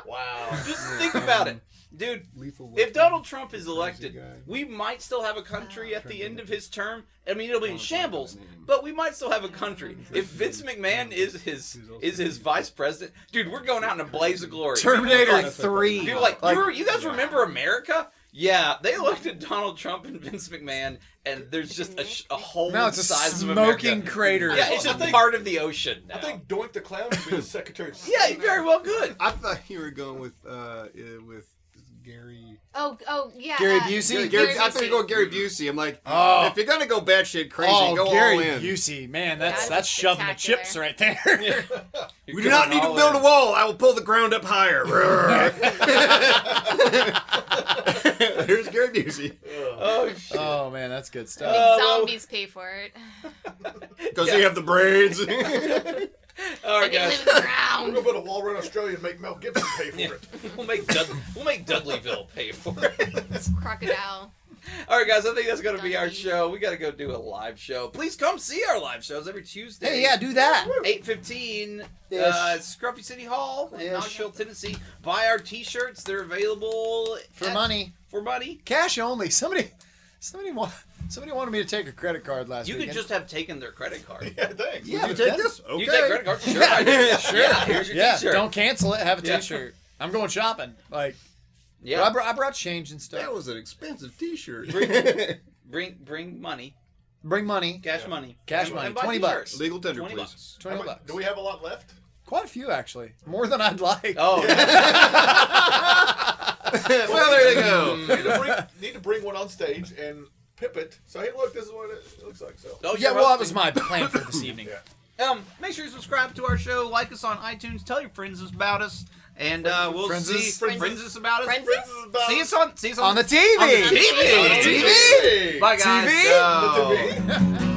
[SPEAKER 4] Wow.
[SPEAKER 2] Just think about it. dude.
[SPEAKER 7] Lethal
[SPEAKER 2] If
[SPEAKER 7] weapon.
[SPEAKER 2] Donald Trump is elected,
[SPEAKER 7] guy.
[SPEAKER 2] we might still have a country at the end of his term. I mean, it'll be in
[SPEAKER 7] Donald Trump
[SPEAKER 2] shambles,
[SPEAKER 7] by name.
[SPEAKER 2] but we might still have a country. If Vince McMahon is his is his vice president, dude, we're going out in a blaze of glory.
[SPEAKER 1] Terminator
[SPEAKER 2] Like,
[SPEAKER 1] Three.
[SPEAKER 2] People are like,
[SPEAKER 1] Like-
[SPEAKER 2] you, were- you guys remember America? Yeah, they elected Donald Trump and Vince McMahon, and there's just a, sh- a whole
[SPEAKER 1] Now it's a
[SPEAKER 2] size of
[SPEAKER 1] smoking
[SPEAKER 2] America.
[SPEAKER 1] crater.
[SPEAKER 2] Yeah, it's just
[SPEAKER 4] I think-
[SPEAKER 2] part of the ocean. Now.
[SPEAKER 4] I think Doink the Clown would be the Secretary of State.
[SPEAKER 2] yeah, you very well good.
[SPEAKER 7] I thought you were going with uh, uh with Gary.
[SPEAKER 3] Oh, oh yeah.
[SPEAKER 1] Gary
[SPEAKER 3] uh,
[SPEAKER 1] Busey?
[SPEAKER 7] Gary,
[SPEAKER 3] Gary
[SPEAKER 7] I thought you were going
[SPEAKER 3] Busey.
[SPEAKER 7] Gary Busey. I'm like,
[SPEAKER 1] Oh.
[SPEAKER 7] if you're gonna go batshit crazy,
[SPEAKER 1] oh,
[SPEAKER 7] go
[SPEAKER 1] Gary
[SPEAKER 7] all in.
[SPEAKER 1] Busey, man, that's
[SPEAKER 3] That
[SPEAKER 1] that's
[SPEAKER 3] is
[SPEAKER 1] shoving the
[SPEAKER 3] spectacular.
[SPEAKER 1] chips right there.
[SPEAKER 7] we do not need to build a wall. I will pull the ground up higher. Here's Gary Busey.
[SPEAKER 2] Oh, shit.
[SPEAKER 1] oh man, that's good
[SPEAKER 3] I
[SPEAKER 1] stuff.
[SPEAKER 3] think
[SPEAKER 2] Uh,
[SPEAKER 3] zombies pay for it.
[SPEAKER 7] Does he have the braids?
[SPEAKER 2] All right,
[SPEAKER 3] They
[SPEAKER 2] guys.
[SPEAKER 3] live in the
[SPEAKER 4] We're
[SPEAKER 3] ground.
[SPEAKER 4] gonna put a wall around Australia and make Mel Gibson pay for it.
[SPEAKER 2] We'll make Dud- we'll make Dudleyville pay for it.
[SPEAKER 3] It's crocodile.
[SPEAKER 2] All right, guys. I think that's gonna be our show. We gotta go do a live show. Please come see our live shows every Tuesday.
[SPEAKER 1] hey, yeah, do that.
[SPEAKER 2] Eight fifteen,
[SPEAKER 1] Ish.
[SPEAKER 2] uh, Scruffy City Hall in
[SPEAKER 1] Ish.
[SPEAKER 2] Knoxville, Tennessee. Buy our T-shirts; they're available
[SPEAKER 1] for
[SPEAKER 2] at-
[SPEAKER 1] money,
[SPEAKER 2] For money,
[SPEAKER 1] cash only. Somebody, somebody wa- somebody wanted me to take a credit card last
[SPEAKER 2] you
[SPEAKER 1] week.
[SPEAKER 2] could just have taken their credit card.
[SPEAKER 4] Yeah, thanks.
[SPEAKER 1] yeah,
[SPEAKER 7] you
[SPEAKER 1] but
[SPEAKER 7] take
[SPEAKER 1] that-
[SPEAKER 7] this? Okay.
[SPEAKER 2] You take credit card? Sure,
[SPEAKER 1] Yeah.
[SPEAKER 2] I do. sure. Yeah, here's your
[SPEAKER 1] Yeah,
[SPEAKER 2] T-shirt.
[SPEAKER 1] don't cancel it. Have a
[SPEAKER 2] Yeah.
[SPEAKER 1] T-shirt. I'm going shopping. Like,
[SPEAKER 2] yeah,
[SPEAKER 1] but I, brought, I brought change and stuff.
[SPEAKER 7] That was an expensive T-shirt.
[SPEAKER 2] bring bring money,
[SPEAKER 1] Bring money,
[SPEAKER 2] cash
[SPEAKER 4] Yeah.
[SPEAKER 2] money,
[SPEAKER 1] Cash
[SPEAKER 2] And-
[SPEAKER 1] money,
[SPEAKER 2] and buy
[SPEAKER 1] 20
[SPEAKER 2] t-shirts.
[SPEAKER 7] Legal tender,
[SPEAKER 2] 20
[SPEAKER 7] please.
[SPEAKER 2] bucks.
[SPEAKER 4] How
[SPEAKER 1] twenty
[SPEAKER 4] mu-
[SPEAKER 1] bucks.
[SPEAKER 4] Do we have a lot left?
[SPEAKER 1] Quite a few actually, more than I'd like.
[SPEAKER 2] Oh,
[SPEAKER 7] well, there you go.
[SPEAKER 4] need, to bring, need to bring one on stage and pip it. So hey, look, this is what it it looks like. So
[SPEAKER 2] Oh,
[SPEAKER 1] yeah,
[SPEAKER 2] you're
[SPEAKER 1] well, that
[SPEAKER 2] hosting.
[SPEAKER 1] was my plan for this evening.
[SPEAKER 4] Yeah.
[SPEAKER 5] Um, make sure you subscribe to our show, like us on iTunes, tell your friends about us, and uh, we'll
[SPEAKER 1] Friends
[SPEAKER 5] see
[SPEAKER 1] us?
[SPEAKER 5] friends us about us.
[SPEAKER 3] Friends
[SPEAKER 4] This
[SPEAKER 3] us?
[SPEAKER 4] is about
[SPEAKER 5] See us on see us on,
[SPEAKER 1] On the TV.
[SPEAKER 5] On the TV.
[SPEAKER 4] TV.
[SPEAKER 5] Bye guys.
[SPEAKER 1] TV?
[SPEAKER 5] Go.
[SPEAKER 4] The TV?